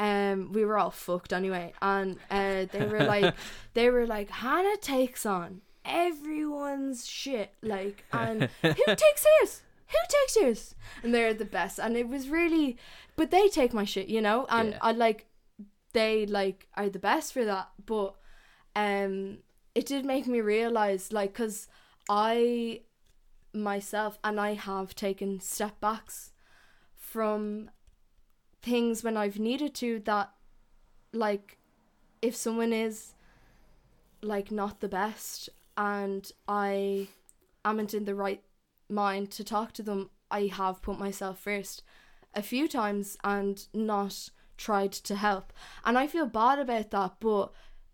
S2: "Um, we were all fucked anyway," and uh, they were like, "They were like, Hannah takes on everyone's shit, like, and who takes hers?" Who takes yours? And they're the best. And it was really, but they take my shit, you know. And
S1: Yeah.
S2: I like, they like are the best for that. But um, it did make me realize, like, cause I myself and I have taken step backs from things when I've needed to that like if someone is like not the best and I amn't in the right mind to talk to them, I have put myself first a few times and not tried to help. And I feel bad about that, but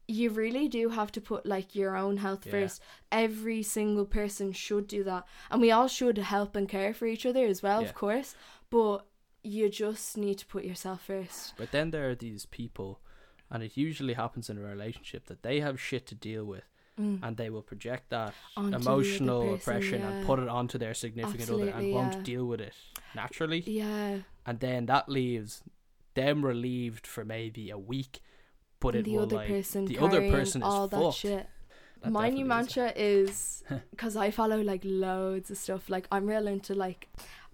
S2: you really do have to put like your own health
S1: Yeah.
S2: first. Every single person should do that. And we all should help and care for each other as well,
S1: Yeah.
S2: of course. But you just need to put yourself first.
S1: But then there are these people, and it usually happens in a relationship that they have shit to deal with,
S2: Mm.
S1: and they will project that
S2: Onto the other
S1: emotional
S2: person,
S1: oppression and
S2: yeah.
S1: put it onto their significant other and
S2: Absolutely,
S1: won't
S2: yeah.
S1: deal with it naturally.
S2: Yeah.
S1: And then that leaves them relieved for maybe a week, but it
S2: the
S1: will
S2: other
S1: like
S2: person
S1: the other
S2: carrying
S1: person is
S2: all that
S1: fucked.
S2: shit.
S1: That
S2: My
S1: definitely
S2: new
S1: is-
S2: mantra is because I follow like loads of stuff. Like I'm real into like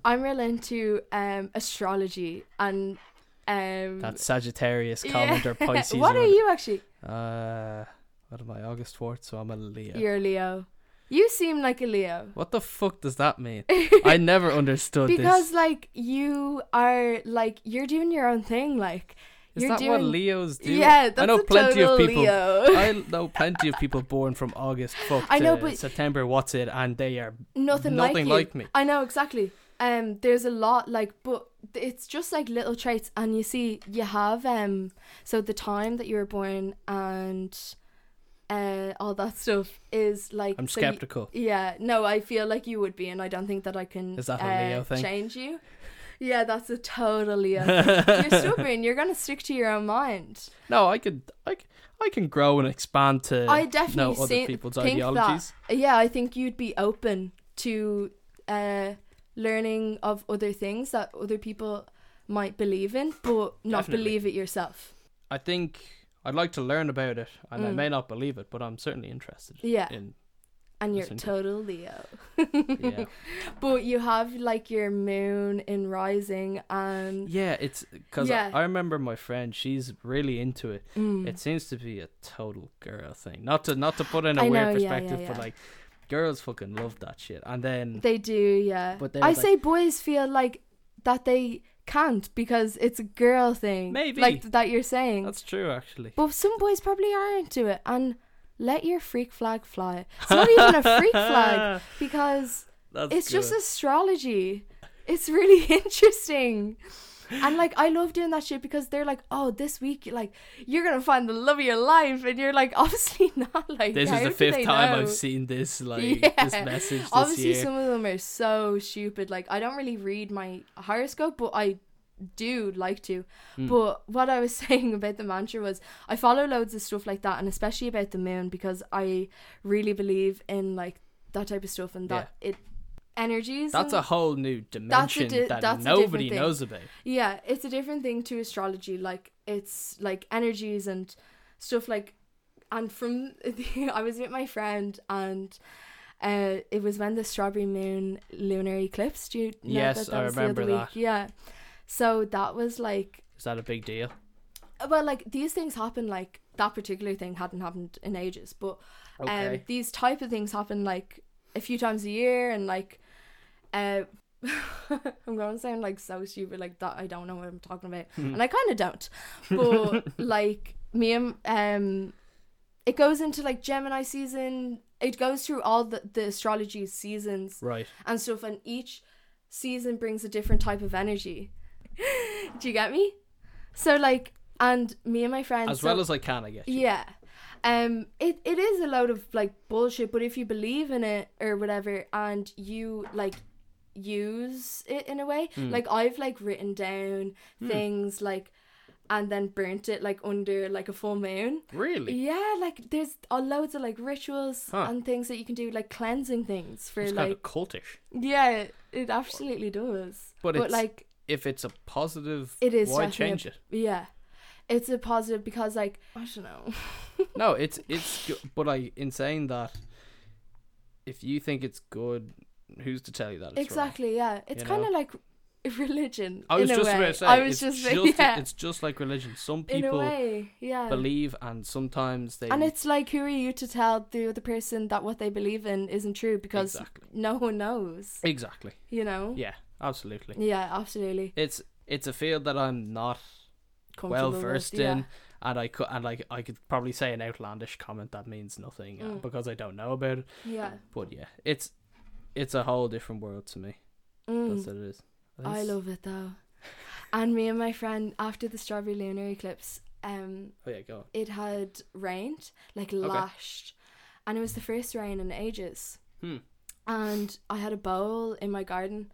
S2: I'm real into um astrology and um
S1: That Sagittarius
S2: yeah.
S1: comment or Pisces.
S2: what
S1: or
S2: are
S1: whatever.
S2: you actually?
S1: Uh, what am I? August fourth, so I'm a Leo.
S2: You're a Leo. You seem like a Leo.
S1: What the fuck does that mean? I never understood
S2: because
S1: this.
S2: like you are like you're doing your own thing like
S1: Is
S2: you're
S1: that
S2: doing
S1: what Leos do?
S2: yeah that's
S1: I know
S2: a
S1: plenty
S2: total
S1: of people.
S2: Leo.
S1: I know plenty of people born from August fuck
S2: I know,
S1: to
S2: but-
S1: September. What's it? And they are
S2: nothing,
S1: nothing
S2: like, you.
S1: like me.
S2: I know exactly. Um, there's a lot like, but it's just like little traits, and you see, you have um, so the time that you were born and, uh, all that stuff is like.
S1: I'm
S2: so you-
S1: skeptical.
S2: yeah, no, I feel like you would be, and I don't think that I can.
S1: Is that a
S2: uh,
S1: Leo thing?
S2: Change you. Yeah, that's a total Leo. thing. You're stubborn. You're gonna stick to your own mind.
S1: no, I could, I, c- I can grow and expand to
S2: I definitely
S1: know other
S2: see-
S1: people's
S2: think
S1: ideologies.
S2: that. Yeah, I think you'd be open to uh, learning of other things that other people might believe in, but not
S1: Definitely.
S2: believe it yourself.
S1: I think I'd like to learn about it, and I
S2: Mm.
S1: may not believe it, but I'm certainly interested.
S2: Yeah,
S1: In
S2: and you're
S1: listen to-
S2: total Leo.
S1: yeah,
S2: But you have like your moon in rising, and
S1: yeah, it's because
S2: Yeah.
S1: I, I remember my friend. She's really into it.
S2: Mm.
S1: It seems to be a total girl thing. Not to not to put it in a
S2: I
S1: weird
S2: know, yeah, yeah,
S1: perspective, but
S2: yeah.
S1: like girls fucking love that shit. And then
S2: they do. Yeah,
S1: But they
S2: I
S1: would, like-
S2: say boys feel like that they can't because it's a girl thing.
S1: Maybe.
S2: like that you're saying.
S1: that's true, actually.
S2: But some boys probably are into it and let your freak flag fly. It's not even a freak flag because
S1: That's
S2: it's just
S1: good.
S2: astrology. It's really interesting. And like I love doing that shit because they're like, oh, this week like you're gonna find the love of your life, and you're like, obviously not. Like
S1: this
S2: how
S1: is the
S2: do they
S1: fifth time
S2: know?
S1: I've seen this like
S2: Yeah.
S1: this message this
S2: Obviously,
S1: year.
S2: some of them are so stupid. Like, I don't really read my horoscope, but I do like to.
S1: Hmm.
S2: But what I was saying about the mantra was I follow loads of stuff like that, and especially about the moon because I really believe in like that type of stuff and that it energies.
S1: That's
S2: and-
S1: a whole new dimension
S2: di-
S1: that
S2: that's a different
S1: nobody
S2: thing.
S1: knows about.
S2: yeah, it's a different thing to astrology. Like it's like energies and stuff like, and from I was with my friend and. Uh, it was when the strawberry moon lunar eclipse. Do you know
S1: Yes,
S2: that, that
S1: I
S2: was
S1: remember
S2: the other
S1: that.
S2: Week? Yeah, so that was like
S1: Is that a big deal?
S2: well, like these things happen. Like that particular thing hadn't happened in ages, but um,
S1: Okay.
S2: these type of things happen like a few times a year, and like, uh, I'm going to sound like so stupid, like that. I don't know what I'm talking about, and I kind of don't. But like me and um, it goes into like Gemini season. It goes through all the the astrology seasons
S1: Right.
S2: and stuff, and each season brings a different type of energy. Do you get me? So like, and me and my friends,
S1: As
S2: so-
S1: well as I can, I guess.
S2: yeah, um, it it is a load of like bullshit, but if you believe in it or whatever, and you like use it in a way,
S1: Hmm.
S2: like I've like written down things like, and then burnt it like under like a full moon.
S1: Really?
S2: Yeah, like there's uh, loads of like rituals
S1: Huh.
S2: and things that you can do, like cleansing things for
S1: It's
S2: like
S1: kind of cultish.
S2: yeah, it- it absolutely does.
S1: But
S2: But,
S1: it's-
S2: like
S1: If it's a positive,
S2: it is
S1: why
S2: definitely
S1: change
S2: a-
S1: it?
S2: Yeah. It's a positive because like I don't know.
S1: No, it's it's. go- But I, in saying that, if you think it's good, who's to tell you that it's wrong?
S2: exactly, yeah. It's
S1: You
S2: kind
S1: know?
S2: of like religion
S1: I was
S2: in a
S1: just
S2: way.
S1: about to say.
S2: I was
S1: it's
S2: just,
S1: just,
S2: yeah.
S1: It's just like religion. Some
S2: in a
S1: people
S2: way, yeah.
S1: believe, and sometimes they.
S2: and it's like who are you to tell the other person that what they believe in isn't true because
S1: Exactly.
S2: no one knows,
S1: exactly.
S2: you know?
S1: Yeah, absolutely.
S2: Yeah, absolutely.
S1: It's it's a field that I'm not well
S2: Comfortable with,
S1: versed
S2: yeah.
S1: in, and I could and like I could probably say an outlandish comment that means nothing uh,
S2: Mm.
S1: because I don't know about it.
S2: Yeah.
S1: But yeah, it's it's a whole different world to me.
S2: Mm.
S1: That's what it is. think
S2: I
S1: it's-
S2: love it though. And me and my friend after the strawberry lunar eclipse, um,
S1: Oh yeah, go on.
S2: it had rained, like lashed. And it was the first rain in ages.
S1: Hmm.
S2: And I had a bowl in my garden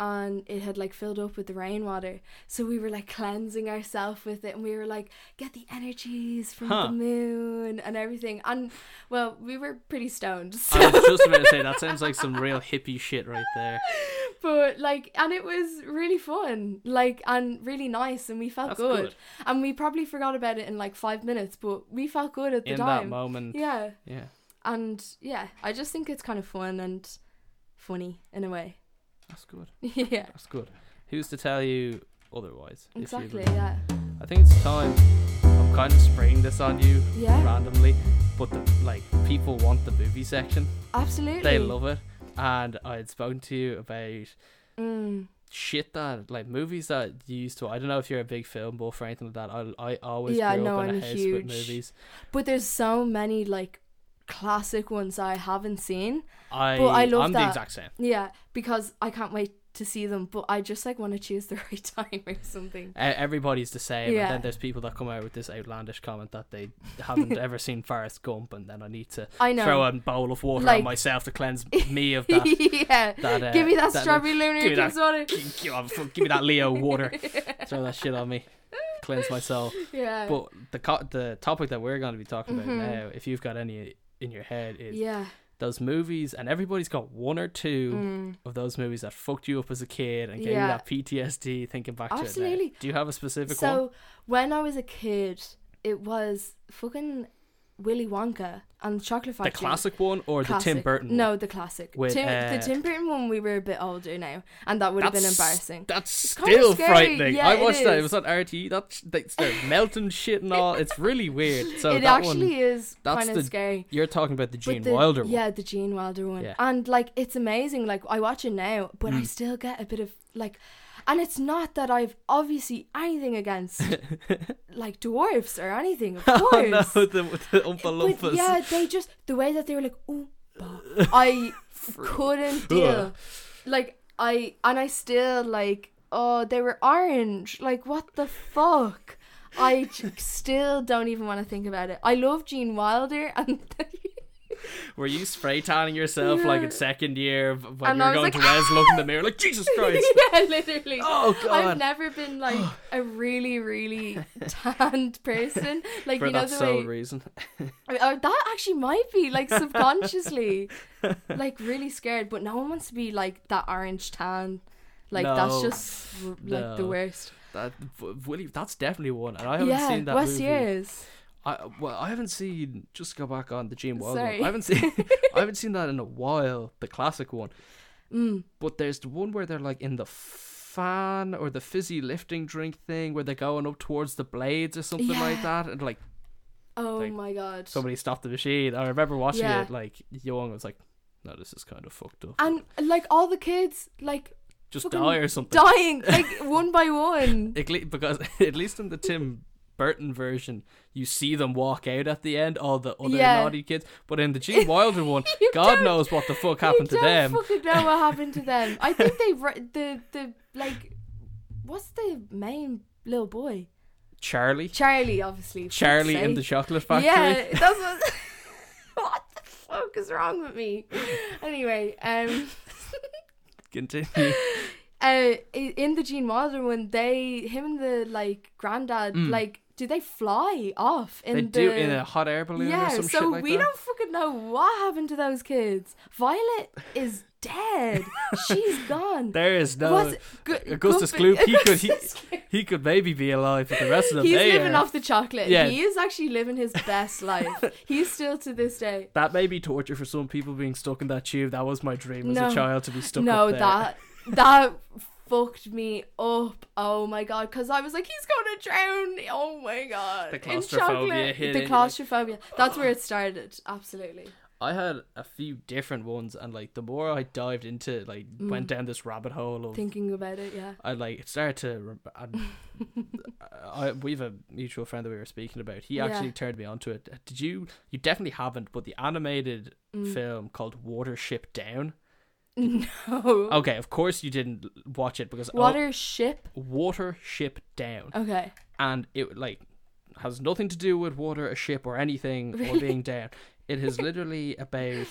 S2: and it had like filled up with the rainwater. So we were like cleansing ourselves with it and we were like, get the energies from
S1: Huh.
S2: the moon and everything. And well, we were pretty stoned. So.
S1: I was just about to say that sounds like some real hippie shit right there.
S2: but like and it was really fun like and really nice and we felt
S1: That's
S2: good.
S1: good.
S2: and we probably forgot about it in like five minutes but we felt good at the
S1: In that
S2: time
S1: moment, yeah.
S2: yeah and yeah i just think it's kind of fun and funny in a way
S1: that's good.
S2: yeah
S1: That's good. Who's to tell you otherwise? if you
S2: exactly
S1: believe?
S2: yeah
S1: I think it's time. I'm kind of spraying this on you
S2: Yeah.
S1: randomly, but the, like people want the movie section.
S2: absolutely
S1: They love it, and I had spoken to you about
S2: mm.
S1: shit that like movies that you used to. I don't know if you're a big film buff or anything like that. I I always
S2: Yeah,
S1: grew
S2: no,
S1: up in
S2: I'm
S1: a house
S2: huge.
S1: with movies.
S2: but there's so many like classic ones that i haven't seen
S1: I
S2: But I love
S1: I'm the
S2: that.
S1: exact same.
S2: yeah because i can't wait to see them but i just like want to choose the right time or something
S1: E- Everybody's the same,
S2: Yeah.
S1: and then there's people that come out with this outlandish comment that they haven't ever seen Forrest Gump, and then I need to
S2: i know
S1: throw a bowl of water on
S2: Like-
S1: myself to cleanse me of that.
S2: yeah
S1: that uh,
S2: give me that, strawberry lunar
S1: give me that-
S2: eclipse water.
S1: Give, uh, give- give me that Leo water. throw that shit on me. Cleanse my soul.
S2: Yeah.
S1: But the co- the topic that we're going to be talking about
S2: Mhm.
S1: now, if you've got any in your head, is
S2: yeah.
S1: those movies, and everybody's got one or two
S2: Mm.
S1: of those movies that fucked you up as a kid and gave
S2: Yeah.
S1: you that PTSD thinking back to it.
S2: Absolutely.
S1: now. Do you have a specific one?
S2: So when I was a kid, it was fucking Willy Wonka and the Chocolate
S1: The
S2: Factory.
S1: classic one or the Tim
S2: Classic.
S1: Burton? one?
S2: No, the classic.
S1: With,
S2: Tim,
S1: uh,
S2: the Tim Burton one, we were a bit older now, and that would have been
S1: That's-
S2: embarrassing.
S1: That's
S2: kinda
S1: still
S2: scary.
S1: frightening.
S2: Yeah,
S1: I
S2: it
S1: watched that. It
S2: is.
S1: was on RT. That's they start melting shit and all. It's really weird. So
S2: it
S1: that
S2: actually
S1: one,
S2: is
S1: that's
S2: kind
S1: the
S2: of scary.
S1: you're talking about the
S2: But
S1: Gene
S2: the-
S1: Wilder one.
S2: Yeah, the Gene Wilder one.
S1: Yeah. Mm.
S2: And like it's amazing. Like I watch it now, but I still get a bit of like and it's not that I've obviously anything against like dwarfs or anything, of course.
S1: Oh no, the, the Oompa
S2: But,
S1: Loompas.
S2: yeah, they just the way that they were like, oh, I couldn't deal.
S1: Ugh.
S2: Like I and I still like, oh, they were orange. Like what the fuck? I j- still don't even want to think about it. I love Gene Wilder and
S1: Were you spray tanning yourself like in
S2: Yeah.
S1: second year v- when
S2: And
S1: you
S2: I
S1: were
S2: was
S1: going
S2: like,
S1: to Wes, look in the mirror like Jesus Christ?
S2: yeah, literally.
S1: Oh
S2: I've
S1: God.
S2: never been like a really, really tanned person. Like
S1: For
S2: you know
S1: that
S2: the
S1: sole
S2: way
S1: reason.
S2: I mean, uh, that actually might be like subconsciously, like really scared. But no one wants to be like that orange tan. Like
S1: No.
S2: that's just r- like the
S1: No.
S2: worst.
S1: That w- Willie, that's definitely one, and I haven't
S2: yeah,
S1: seen that
S2: West
S1: movie.
S2: Years.
S1: I well, I haven't seen. Just to go back on the Gene Wilder. One.
S2: Sorry.
S1: I haven't seen. I haven't seen that in a while. The classic one.
S2: Mm.
S1: But there's the one where they're like in the fan or the fizzy lifting drink thing where they're going up towards the blades or something like that, and like
S2: Oh
S1: Like,
S2: my god.
S1: somebody stopped the machine. I remember watching
S2: Yeah.
S1: it like young. I was like, no, this is kind of fucked up.
S2: and like all the kids like
S1: Just
S2: fucking
S1: die or something.
S2: dying like one by one.
S1: At le- because at least in the Tim Burton version, you see them walk out at the end, all the other
S2: Yeah.
S1: naughty kids. But in the Gene Wilder one,
S2: You
S1: God
S2: don't-
S1: knows what the fuck happened to
S2: you
S1: them.
S2: don't fucking know what happened to them. I think they ri- the the like what's the main little boy?
S1: Charlie,
S2: Charlie, obviously. for fuck's
S1: Charlie in
S2: sake.
S1: the chocolate factory.
S2: Yeah, that's what. what the fuck is wrong with me? Anyway, um,
S1: Continue.
S2: uh, i- in the Gene Wilder one, they him and the like granddad like do they fly off in
S1: Mm. They do
S2: the
S1: in a hot air balloon
S2: yeah?
S1: or some
S2: so
S1: shit like
S2: we
S1: that.
S2: don't fucking know what happened to those kids. Violet is dead. She's gone.
S1: There is no
S2: Was it- Gu-
S1: Augustus
S2: Guppy-
S1: Gloop. He could he,
S2: Augustus Gloop.
S1: he could maybe be alive, but the rest of them
S2: He's
S1: they
S2: living
S1: are-
S2: off the chocolate.
S1: Yeah.
S2: He is actually living his best life. He's still to this day.
S1: That may be torture for some people being stuck in that tube. That was my dream as
S2: No.
S1: a child to be stuck.
S2: no,
S1: up there.
S2: that that fucked me up. Oh my god, because I was like, he's gonna drown. Oh my god,
S1: The
S2: In
S1: claustrophobia
S2: chocolate.
S1: hit it,
S2: the
S1: like-
S2: claustrophobia. That's where it started. Absolutely.
S1: I had a few different ones, and like the more I dived into, like
S2: Mm.
S1: went down this rabbit hole of,
S2: Thinking about it, yeah.
S1: I like it started to. rem- And uh, I, we have a mutual friend that we were speaking about. He actually
S2: Yeah.
S1: turned me onto it. Uh, Did you? You definitely haven't. But the animated
S2: Mm.
S1: film called Watership Down.
S2: No.
S1: Okay, of course you didn't watch it because
S2: Water ship.
S1: Oh, oh, Watership Down,
S2: Okay.
S1: and it like has nothing to do with water, a ship, or anything, or being down. It is literally about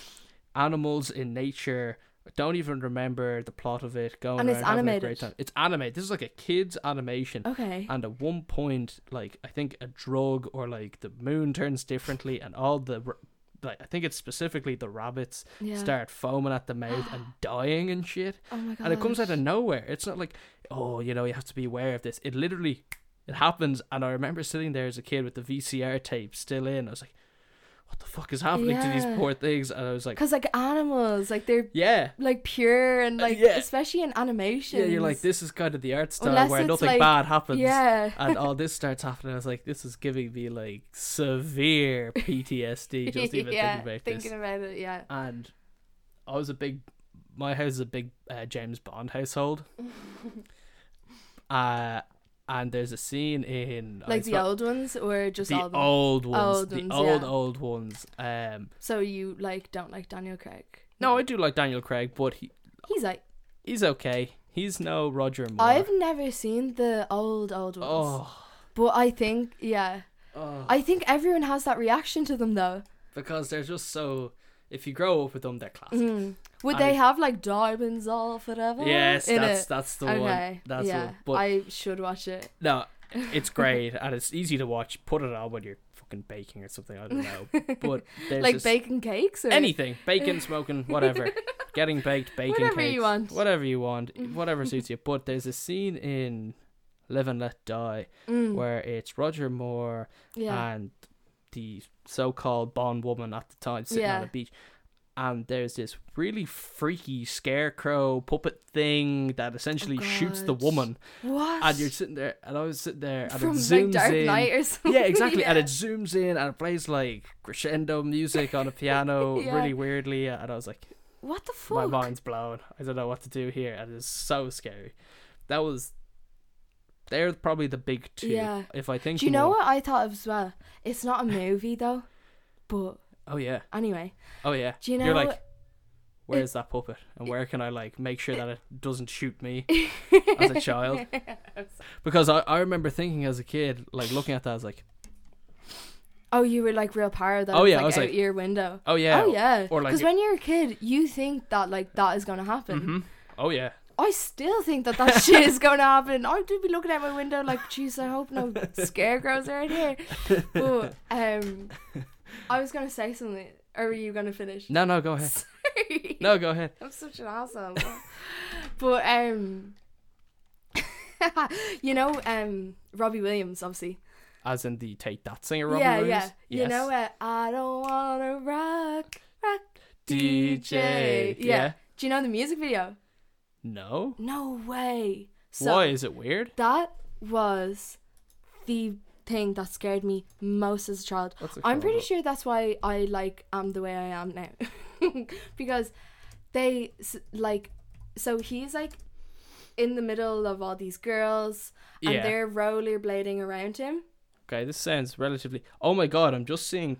S1: animals in nature. I don't even remember the plot of it. Going
S2: And it's
S1: around having a great
S2: animated.
S1: time. It's animated. This is like a kids animation.
S2: Okay.
S1: And at one point, like I think a drug or like the moon turns differently, and all the r- like I think it's specifically the rabbits
S2: Yeah.
S1: start foaming at the mouth and dying and shit.
S2: Oh my god.
S1: And it comes out of nowhere. It's not like oh you know you have to be aware of this. It literally it happens. And I remember sitting there as a kid with the VCR tape still in. I was like, what the fuck is happening to
S2: Yeah.
S1: these poor things? And I was like,
S2: Because like animals, like they're
S1: yeah.
S2: like pure and like
S1: yeah.
S2: especially in animation.
S1: Yeah, you're like this is kind of the art style
S2: Unless
S1: where
S2: it's
S1: nothing
S2: like-
S1: bad happens.
S2: Yeah.
S1: and all this starts happening. I was like, this is giving me like severe PTSD just even
S2: yeah,
S1: thinking about this.
S2: thinking about it, yeah.
S1: and I was a big, my house is a big uh, James Bond household. uh, and there's a scene in I
S2: Like the
S1: suppose-
S2: old ones or just all
S1: the
S2: of them?
S1: old ones,
S2: Old
S1: the
S2: ones,
S1: old
S2: yeah.
S1: old ones. Um,
S2: So you like don't like Daniel Craig?
S1: no, I do like Daniel Craig, but he
S2: He's like
S1: he's okay. He's no Roger Moore.
S2: I've never seen the old old ones.
S1: oh,
S2: But I think yeah.
S1: oh.
S2: I think everyone has that reaction to them though.
S1: because they're just so. If you grow up with them, they're classics.
S2: Mm. Would
S1: I-
S2: they have like diamonds all forever?
S1: Yes,
S2: in
S1: that's
S2: it?
S1: that's the one.
S2: okay.
S1: That's the
S2: yeah.
S1: one. But
S2: I should watch it.
S1: no, it's great and it's easy to watch. Put it on when you're fucking baking or something. I don't know. But there's
S2: like
S1: just
S2: baking cakes or
S1: anything, baking, smoking, whatever, getting baked, baking,
S2: Whatever you
S1: cakes,
S2: want. Mm-hmm.
S1: whatever you want, whatever suits you. But there's a scene in Live and Let Die
S2: Mm,
S1: where it's Roger Moore
S2: yeah.
S1: and the so-called Bond woman at the time sitting on
S2: Yeah.
S1: a beach. And there's this really freaky scarecrow puppet thing that essentially shoots the
S2: Oh God.
S1: woman
S2: what?
S1: and you're sitting there, and I was sitting there, and
S2: From
S1: it
S2: like
S1: zooms
S2: Dark
S1: in.
S2: Knight or something.
S1: yeah, exactly. And
S2: yeah.
S1: it zooms in and it plays like crescendo music on a piano
S2: Yeah.
S1: really weirdly. And I was like,
S2: What the
S1: my
S2: fuck?
S1: mind's blown. I don't know what to do here. And it's so scary. That was. They're probably the big two.
S2: Yeah.
S1: If I think.
S2: Do you know
S1: more-
S2: what I thought of as well? It's not a movie though, but
S1: Oh, yeah.
S2: anyway,
S1: Oh, yeah.
S2: do you know?
S1: You're like, where's that puppet? And where can I, like, make sure that it doesn't shoot me as a child? Because I, I remember thinking as a kid, like, looking at that, I was like,
S2: oh, you were like real power that
S1: Oh,
S2: it's,
S1: yeah, I
S2: like,
S1: was
S2: out
S1: like-
S2: your window.
S1: oh, yeah.
S2: oh yeah,
S1: or, like-
S2: because when you're a kid, you think that like that is gonna happen.
S1: Mhm. Oh, yeah.
S2: I still think that that shit is gonna happen. I do be looking out my window like, jeez, I hope no scarecrows are out here. But um, I was gonna say something. Or were you gonna finish?
S1: No, no, go ahead.
S2: Sorry.
S1: No, go ahead.
S2: I'm such an asshole. but um, you know um Robbie Williams obviously.
S1: As in the take that singer Robbie
S2: yeah,
S1: Williams.
S2: yeah. You
S1: Yes.
S2: know uh, I don't wanna rock, rock
S1: DJ.
S2: Yeah. Do you know the music video?
S1: No.
S2: No way. So
S1: Why is it weird?
S2: that was the thing that scared me most as a child.
S1: What's it
S2: I'm pretty
S1: called?
S2: sure that's why I like am the way I am now, because they s- like so he's like in the middle of all these girls
S1: Yeah.
S2: and they're rollerblading around him.
S1: Okay, this sounds relatively. Oh my god, I'm just seeing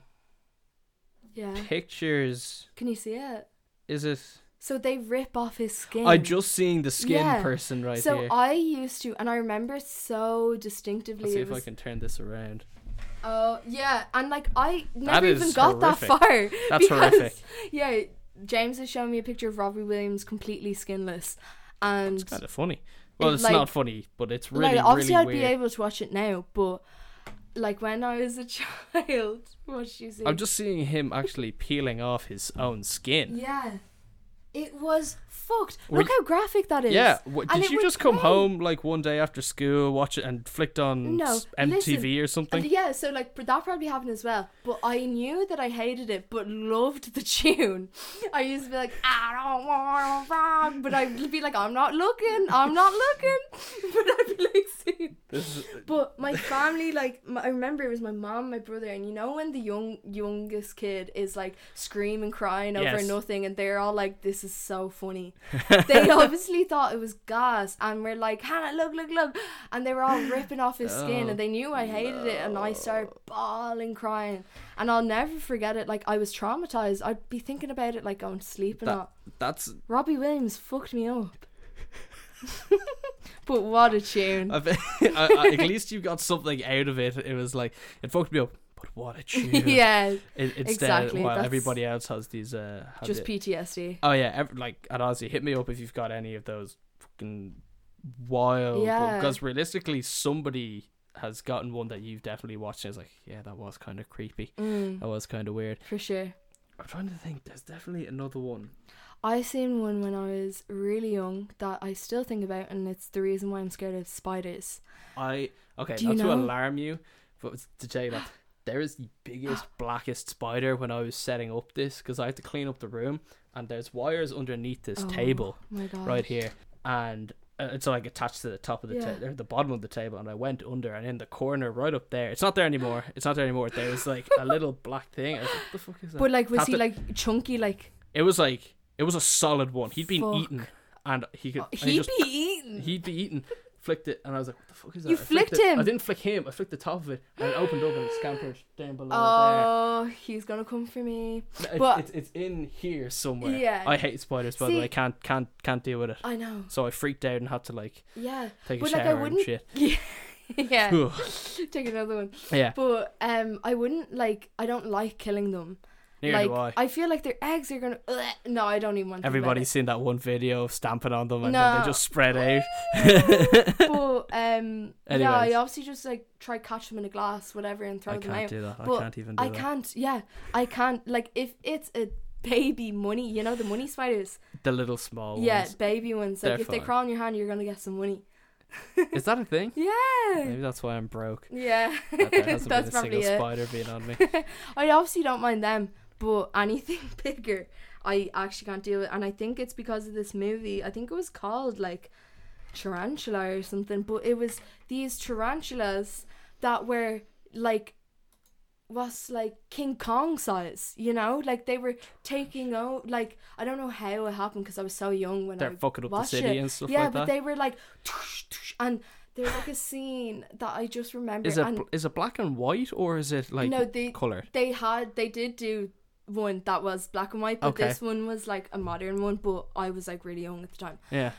S2: Yeah,
S1: pictures.
S2: can you see it?
S1: Is it?
S2: So they rip off his skin.
S1: I'm just seeing the skin
S2: Yeah.
S1: person right
S2: so
S1: here.
S2: I used to, and I remember so
S1: Let's
S2: distinctively.
S1: see
S2: it
S1: if I
S2: was-
S1: can turn this around.
S2: Oh yeah, and like I
S1: That
S2: never even
S1: is
S2: got that
S1: horrific.
S2: far.
S1: That's
S2: because,
S1: horrific.
S2: Yeah, James has shown me a picture of Robbie Williams completely skinless, and
S1: It's kind of funny. Well, it's
S2: like-
S1: not funny, but it's really,
S2: like obviously
S1: really
S2: I'd
S1: weird.
S2: be able to watch it now, but like when I was a child, what did you see?
S1: I'm just seeing him actually peeling off his own skin.
S2: yeah, it was fucked.
S1: Were
S2: Look
S1: you-
S2: how graphic that is.
S1: Yeah. wha-
S2: And
S1: did
S2: it
S1: you
S2: would
S1: just come
S2: play.
S1: home like one day after school, watch it, and flicked on
S2: No,
S1: s- MTV or
S2: And
S1: something?
S2: yeah, so like that probably happened as well. But I knew that I hated it, but loved the tune. I used to be like, I don't want a rock, but I'd be like, I'm not looking, I'm not looking. But I'd be like, singing.
S1: This is,
S2: But my family, like, my, I remember it was my mom, my brother, and you know when the young youngest kid is like screaming, crying over
S1: Yes.
S2: nothing, and they're all like, "This is so funny." they obviously thought it was gas, and we're like, "Hannah, look, look, look!" And they were all ripping off his skin,
S1: Oh,
S2: and they knew I hated it, and I started bawling, crying, and I'll never forget it. Like I was traumatized. I'd be thinking about it, like going to sleep and
S1: That-
S2: all.
S1: that's.
S2: Robbie Williams fucked me up. but what a tune!
S1: I, bet- I, I, at least you got something out of it. It was like it fucked me up. But what a tune!
S2: yeah.
S1: It, it's
S2: Exactly,
S1: dead while
S2: that's-
S1: everybody else has these. Uh, had
S2: just
S1: it.
S2: PTSD.
S1: oh yeah, ev- like at Aussie, hit me up if you've got any of those fucking wild.
S2: Yeah.
S1: Because realistically, somebody has gotten one that you've definitely watched. and It's like, yeah, that was kind of creepy.
S2: Mm,
S1: That was kind of weird.
S2: for sure.
S1: I'm trying to think. There's definitely another one.
S2: I seen one when I was really young that I still think about, and it's the reason why I'm scared of spiders.
S1: I okay,
S2: Do you
S1: not to
S2: know?
S1: alarm you, but it's to tell you that there is the biggest blackest spider when I was setting up this because I had to clean up the room and there's wires underneath this
S2: Oh.
S1: table
S2: Oh my god!
S1: right here and uh, it's like attached to the top of the
S2: Yeah.
S1: ta- or the bottom of the table and I went under and in the corner right up there it's not there anymore it's not there anymore there was like a little black thing I was like, what the fuck is that
S2: But like, was
S1: Tapped
S2: he
S1: it.
S2: like chunky? Like
S1: it was like it was a solid one he'd been
S2: Fuck. Uh,
S1: eaten and he could and he
S2: he'd
S1: just
S2: be eaten.
S1: He'd be eaten. Flicked it, and I was like, "What the fuck is that?"
S2: Mm. You
S1: I
S2: flicked
S1: it.
S2: him?
S1: I didn't flick him. I flicked the top of it, and it opened up and it scampered down below
S2: oh, he's gonna come for me.
S1: there. It's,
S2: but-
S1: it's, it's in here somewhere.
S2: Yeah.
S1: I hate spiders, by the
S2: See-
S1: way. I can't can't can't deal with it.
S2: I know.
S1: So I freaked out and had to like
S2: Yeah.
S1: take
S2: But,
S1: a
S2: like, I
S1: shower and
S2: wouldn't-
S1: shit.
S2: yeah.
S1: Ugh.
S2: Take another one.
S1: yeah,
S2: But um, I wouldn't like. I don't like killing them.
S1: neither
S2: like
S1: do I.
S2: feel like their eggs are gonna. no, I don't even want. to think about it.
S1: Everybody's seen that one video of stamping on them, and then
S2: No.
S1: they just spread out.
S2: but um, yeah, I
S1: Anyways.
S2: obviously just like try catch them in a glass, whatever, and throw
S1: I
S2: them
S1: can't
S2: out.
S1: do that. I
S2: But
S1: can't even do
S2: I
S1: that.
S2: can't. Yeah, I can't. Like if it's a baby money, you know the money spiders.
S1: The little small
S2: yeah,
S1: ones.
S2: baby ones. Like
S1: They're
S2: if they
S1: fine.
S2: crawl in your hand, you're gonna get some money.
S1: Is that a thing?
S2: Yeah.
S1: Maybe that's why I'm broke.
S2: Yeah.
S1: That there hasn't
S2: That's
S1: been a
S2: probably
S1: single
S2: it.
S1: spider being on me.
S2: I obviously don't mind them, but anything bigger, I actually can't deal with. And I think it's because of this movie. I think it was called like Tarantula or something, but it was these tarantulas that were like was like King Kong size, you know? Like they were taking out like I don't know how it happened because I was so young when
S1: They're
S2: I
S1: fucking up the
S2: watched
S1: city
S2: it.
S1: and stuff
S2: yeah,
S1: like
S2: but
S1: that.
S2: they were like tush, tush, and there's like a scene that I just remember
S1: Is it
S2: and
S1: bl- is it black and white or is it like
S2: No, they-
S1: colored?
S2: they had they did do one that was black and white but
S1: Okay.
S2: this one was like a modern one but i was like really young at the time
S1: Yeah,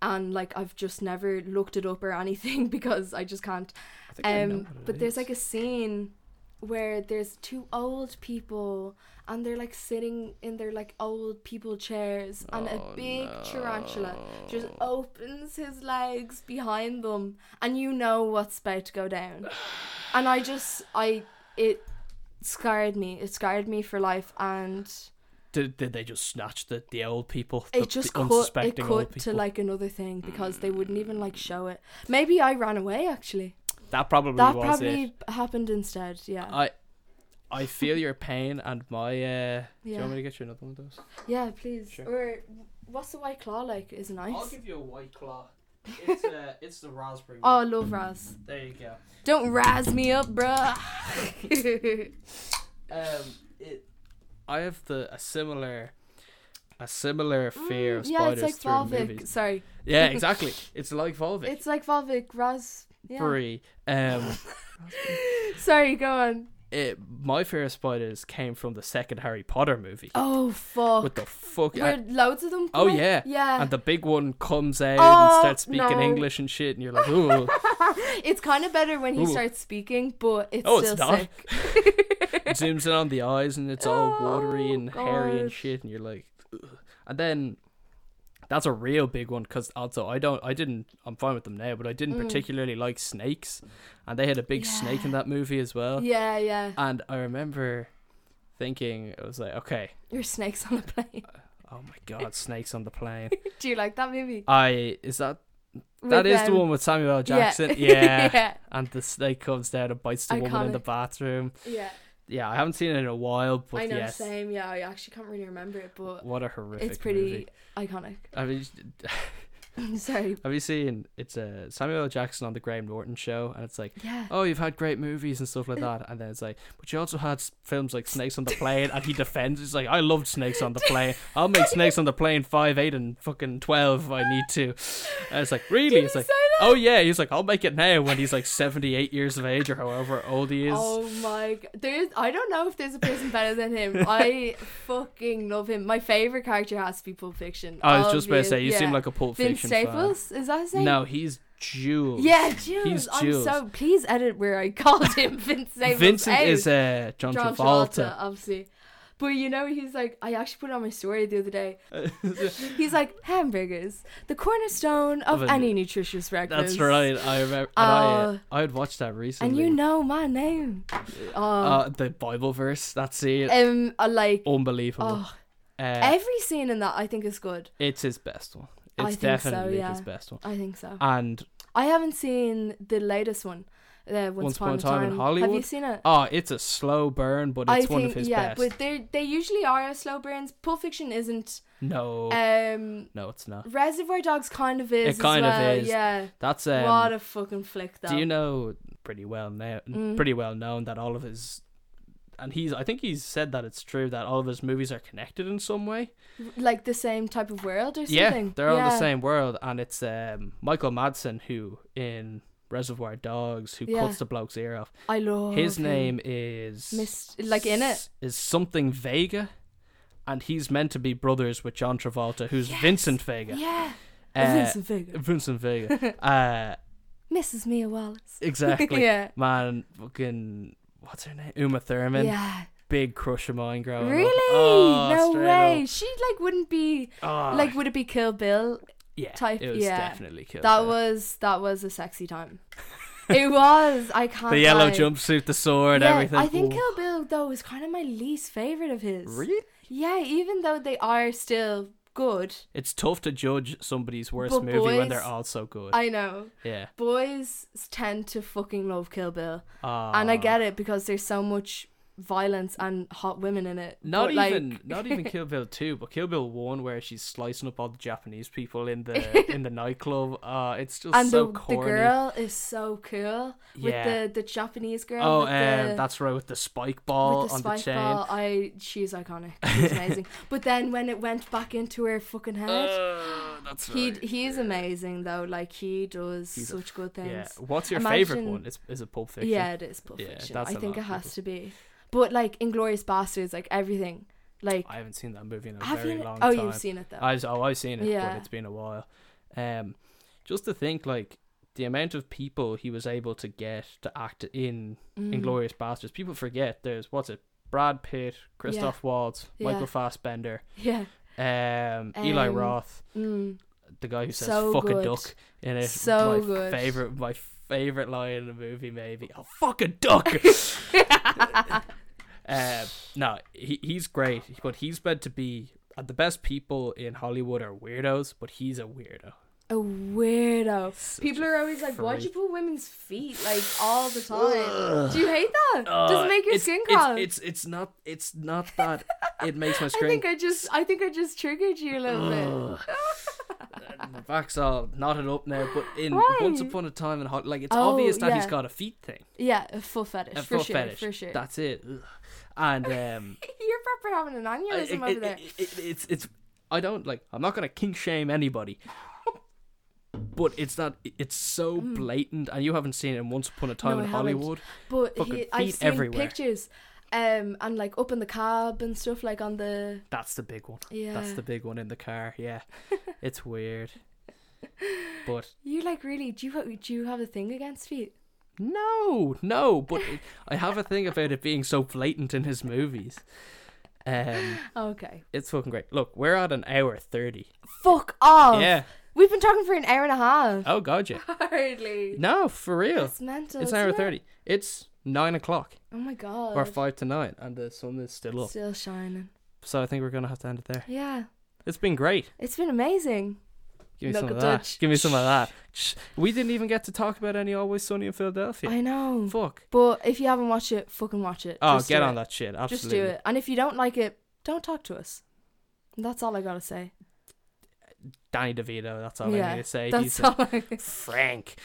S2: and like i've just never looked it up or anything because i just can't
S1: I think I know
S2: um
S1: what it
S2: but there's
S1: is.
S2: like a scene where there's two old people and they're like sitting in their like old people chairs and
S1: Oh,
S2: a big tarantula just
S1: no.
S2: opens his legs behind them and you know what's about to go down and i just i it scarred me it scarred me for life and
S1: did, did they just snatch the, the old people? the,
S2: it
S1: the
S2: just cut it
S1: unsuspecting old
S2: cut
S1: people. Mm.
S2: to like another thing because they wouldn't even like show it maybe i ran away actually
S1: that probably
S2: that
S1: was
S2: probably
S1: it.
S2: happened instead yeah
S1: I I feel your pain and my. Uh, Do you
S2: Yeah.
S1: want me to get you another one of those?
S2: Yeah, please.
S1: Sure.
S2: Or what's the white claw like? Is it nice?
S1: you a white claw. It's uh, it's the raspberry.
S2: Oh,
S1: one.
S2: I love Raz.
S1: There you go.
S2: Don't razz me up, bruh.
S1: Um, it. I have the a similar, a similar fear of
S2: Mm, yeah,
S1: spiders
S2: it's like
S1: through
S2: Volvic.
S1: movies.
S2: Sorry,
S1: Yeah, exactly. It's like Volvic.
S2: it's like Volvic. Raz. Yeah.
S1: Free. Um,
S2: Sorry, go on.
S1: it, my fear of spiders came from the second Harry Potter movie.
S2: Oh fuck.
S1: With the fuck.
S2: Where loads of them.
S1: Oh,
S2: come in?
S1: yeah.
S2: Yeah.
S1: and the big one comes out and
S2: Oh,
S1: starts speaking
S2: no.
S1: English and shit, and you're like, ooh,
S2: it's kind of better when he
S1: Ooh.
S2: starts speaking, but it's
S1: Oh, it's
S2: still
S1: not.
S2: sick.
S1: zooms in on the eyes and it's all watery
S2: Oh,
S1: and hairy and
S2: gosh.
S1: shit, and you're like, ugh. and then that's a real big one because also I don't, I didn't, I'm fine with them now, but I didn't
S2: Mm.
S1: particularly like snakes, and they had a big snake in
S2: Yeah.
S1: that movie as well,
S2: yeah, yeah.
S1: and I remember thinking I was like, okay,
S2: Your snakes on a plane.
S1: oh my god, snakes on the plane.
S2: Do you like that movie?
S1: I is that that
S2: With
S1: is
S2: them.
S1: the one with Samuel L. Jackson, yeah.
S2: yeah.
S1: and the snake comes down and bites the woman in the
S2: Iconic.
S1: bathroom.
S2: Yeah.
S1: Yeah, I haven't seen it in a while, but
S2: I know.
S1: yes,
S2: Same. Yeah. I actually can't really remember it, but
S1: what a horrific
S2: it's pretty
S1: movie.
S2: iconic.
S1: Have you,
S2: Sorry.
S1: have you seen it's uh, Samuel L. Jackson on the Graham Norton show, and it's like,
S2: Yeah.
S1: oh, you've had great movies and stuff like that, and then it's like, but you also had s- films like Snakes on the Plane, and he defends. He's like, I loved Snakes on the Plane. I'll make Snakes on the Plane five, eight, and fucking twelve if I need to. And it's like, really?
S2: Did
S1: it's
S2: he
S1: like,
S2: say that?
S1: oh yeah. He's like, I'll make it now when he's like seventy-eight years of age or however old he is.
S2: Oh my god. There's I don't know if there's a person better than him. I fucking love him. My favorite character has to be Pulp Fiction.
S1: I was just about to
S2: Obvious-
S1: say, you
S2: oh, yeah.
S1: seem like a Pulp
S2: Vince
S1: Fiction
S2: Staples? Is that his
S1: fan.
S2: name?
S1: No, he's Jules.
S2: Yeah, Jules.
S1: He's
S2: I'm
S1: Jules.
S2: so please edit where I called him Vince Staples.
S1: Vincent
S2: out.
S1: is uh, John,
S2: John Travolta,
S1: Travolta.
S2: obviously. But you know, he's like, I actually put it on my story the other day.
S1: That's
S2: He's like, hamburgers, the cornerstone of
S1: Of a-
S2: any nutritious breakfast.
S1: right. I remember. and I, uh, I had watched that
S2: And
S1: recently.
S2: you know my name. Oh,
S1: uh, the Bible verse. That scene,
S2: um, I like,
S1: unbelievable.
S2: oh,
S1: uh,
S2: every scene in that I think is good.
S1: it's his best one.
S2: I
S1: It's
S2: think so,
S1: definitely
S2: yeah.
S1: his best one.
S2: I think so.
S1: And
S2: I haven't seen the latest one. Uh, Once, Upon, a Time,
S1: in
S2: Have you
S1: Hollywood?
S2: seen it?
S1: oh, it's a slow burn, but it's
S2: I
S1: one
S2: think
S1: of his
S2: yeah,
S1: best.
S2: but they they usually are slow burns. Pulp Fiction isn't.
S1: no,
S2: Um,
S1: no, it's not.
S2: Reservoir Dogs kind of is. as
S1: kind of
S2: well,
S1: is.
S2: Yeah.
S1: That's um,
S2: what a fucking flick, though.
S1: Do you know pretty well now?
S2: Mm.
S1: Pretty well known that all of his, and he's. I think he's said that it's true that all of his movies are connected in some way.
S2: Like the same type of world or something?
S1: Yeah, they're all the
S2: Yeah.
S1: same world, and it's um, Michael Madsen who in Reservoir Dogs who
S2: Yeah.
S1: cuts the bloke's ear off.
S2: I love
S1: his
S2: him.
S1: name is
S2: Mis- like in it.
S1: is something Vega, and he's meant to be brothers with John Travolta, who's
S2: Yes.
S1: Vincent Vega.
S2: Yeah.
S1: Uh,
S2: Vincent Vega.
S1: Vincent Vega. uh,
S2: Mrs. Mia Wallace.
S1: exactly.
S2: yeah.
S1: Man, fucking what's her name? Uma Thurman.
S2: yeah.
S1: Big crush of mine growing up.
S2: Really?
S1: Oh,
S2: no
S1: straight
S2: way.
S1: up.
S2: She like wouldn't be
S1: Oh,
S2: like would it be Kill Bill?
S1: yeah,
S2: type-
S1: It was
S2: yeah.
S1: definitely Kill
S2: That
S1: Bill.
S2: was that was a sexy time. it was. I can't
S1: the yellow
S2: lie.
S1: jumpsuit, the sword,
S2: yeah,
S1: everything.
S2: I think
S1: Ooh.
S2: Kill Bill though is kind of my least favorite of his.
S1: really,
S2: Yeah, even though they are still good.
S1: it's tough to judge somebody's worst
S2: But
S1: movie when they're
S2: boys-
S1: all so good.
S2: I know.
S1: yeah,
S2: Boys tend to fucking love Kill Bill.
S1: uh,
S2: and I get it because there's so much violence and hot women in it.
S1: Not
S2: but, like,
S1: even, not even Kill Bill two, but Kill Bill one, where she's slicing up all the Japanese people in the in the nightclub. Uh, it's just
S2: And
S1: so
S2: the, the
S1: corny.
S2: girl is so cool
S1: Yeah.
S2: with the, the Japanese girl.
S1: oh, um,
S2: with the,
S1: that's right with the spike ball
S2: with the
S1: on
S2: spike
S1: the chain.
S2: ball. I she's iconic. She's amazing. but then when it went back into her fucking head,
S1: Oh, that's
S2: he
S1: right.
S2: he is amazing though. Like he does
S1: He's a-
S2: such good things.
S1: Yeah. What's your favorite
S2: Imagine-
S1: one? Is is it Pulp Fiction?
S2: Yeah, it is Pulp
S1: Yeah,
S2: Fiction.
S1: that's
S2: I
S1: a
S2: think
S1: lot
S2: it
S1: of
S2: has
S1: people.
S2: to be. But like Inglorious Bastards, like everything. Like
S1: I haven't seen that movie in a
S2: have
S1: very
S2: you?
S1: long
S2: oh,
S1: time.
S2: you've seen it though.
S1: I've oh I've seen it,
S2: Yeah.
S1: but it's been a while. Um, just to think like the amount of people he was able to get to act in
S2: Mm.
S1: Inglorious Bastards. People forget there's what's it? Brad Pitt, Christoph Waltz,
S2: Yeah.
S1: Michael Fassbender,
S2: Yeah.
S1: um, Eli
S2: Um,
S1: Roth,
S2: Mm.
S1: the guy who says
S2: so
S1: "fuck
S2: good.
S1: a duck" in it.
S2: So
S1: my
S2: good.
S1: favorite, my favorite line in the movie, maybe. Oh, fuck a duck. Uh, no, he, he's great, but he's meant to be. Uh, the best people in Hollywood are weirdos, but he's a weirdo.
S2: a weirdo.
S1: Such
S2: People
S1: a
S2: are always like, "Why'd you
S1: freak.
S2: put women's feet like all the time?
S1: Ugh.
S2: Do you hate that? Does
S1: Uh,
S2: it make your
S1: it's-
S2: skin
S1: it's-
S2: crawl?"
S1: It's, it's not it's not that it makes my
S2: I
S1: screen.
S2: think I just I think I just triggered you a little bit.
S1: Ugh. Vaxall knotted up now, but in
S2: Why?
S1: Once Upon a Time in Hot, like it's
S2: Oh,
S1: obvious that he's
S2: yeah.
S1: got a feet thing,
S2: Yeah, a foot fetish
S1: a
S2: for
S1: foot
S2: sure,
S1: fetish.
S2: for sure.
S1: That's it. Ugh. And um,
S2: You're proper having an
S1: I-
S2: aneurysm
S1: it-
S2: over
S1: it-
S2: there.
S1: it- it- it's it's. I don't like. I'm not gonna kink shame anybody. But it's not. It's so blatant, and you haven't seen it in Once Upon a Time
S2: Mm. No,
S1: in
S2: I haven't.
S1: Hollywood.
S2: But
S1: fucking
S2: he, I've
S1: feet
S2: seen
S1: everywhere.
S2: pictures, um, and like up in the cab and stuff, like on the
S1: That's the big one.
S2: yeah.
S1: That's the big one in the car. Yeah, it's weird. But
S2: You like really? Do you ha- do you have a thing against feet?
S1: no, no. But it, I have a thing about it being so blatant in his movies. Um,
S2: Okay.
S1: it's fucking great. Look, we're at an hour thirty.
S2: Fuck off.
S1: Yeah.
S2: We've been talking for an hour and a half.
S1: Oh god, yeah.
S2: Hardly.
S1: No, for real.
S2: It's mental.
S1: It's an
S2: isn't
S1: hour
S2: it?
S1: thirty. It's nine o'clock
S2: Oh my god.
S1: or five to nine, and the sun is still up.
S2: Still shining.
S1: So I think we're gonna have to end it there.
S2: Yeah.
S1: It's been great.
S2: It's been amazing.
S1: Give me
S2: Look
S1: some
S2: at
S1: of that.
S2: Dutch.
S1: Give me some of that. Shh. We didn't even get to talk about any Always Sunny in Philadelphia.
S2: I know.
S1: Fuck.
S2: But if you haven't watched it, fucking watch it.
S1: Oh,
S2: Just
S1: get
S2: do
S1: on
S2: it.
S1: that shit.
S2: Just
S1: Absolutely.
S2: do it. And if you don't like it, don't talk to us. That's all I gotta say.
S1: Danny DeVito. That's all I
S2: Yeah,
S1: need to say.
S2: That's
S1: he's
S2: all. I...
S1: Frank.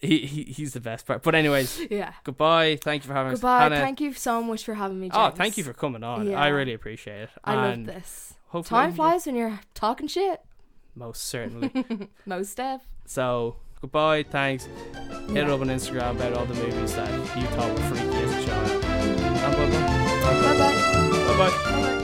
S1: he, he he's the best part. But anyways,
S2: yeah.
S1: goodbye. Thank you for having
S2: Goodbye.
S1: us, Hannah.
S2: Thank you so much for having me.
S1: oh,
S2: James.
S1: thank you for coming on.
S2: Yeah.
S1: I really appreciate it.
S2: I love
S1: And
S2: this.
S1: Hopefully
S2: Time flies when you're talking shit.
S1: Most certainly.
S2: Most of.
S1: so goodbye. Thanks. Hit
S2: Yeah.
S1: up on Instagram about all the movies that you thought were freaky as a child. And bye bye.
S2: Bye bye.
S1: Bye bye.
S2: Bye.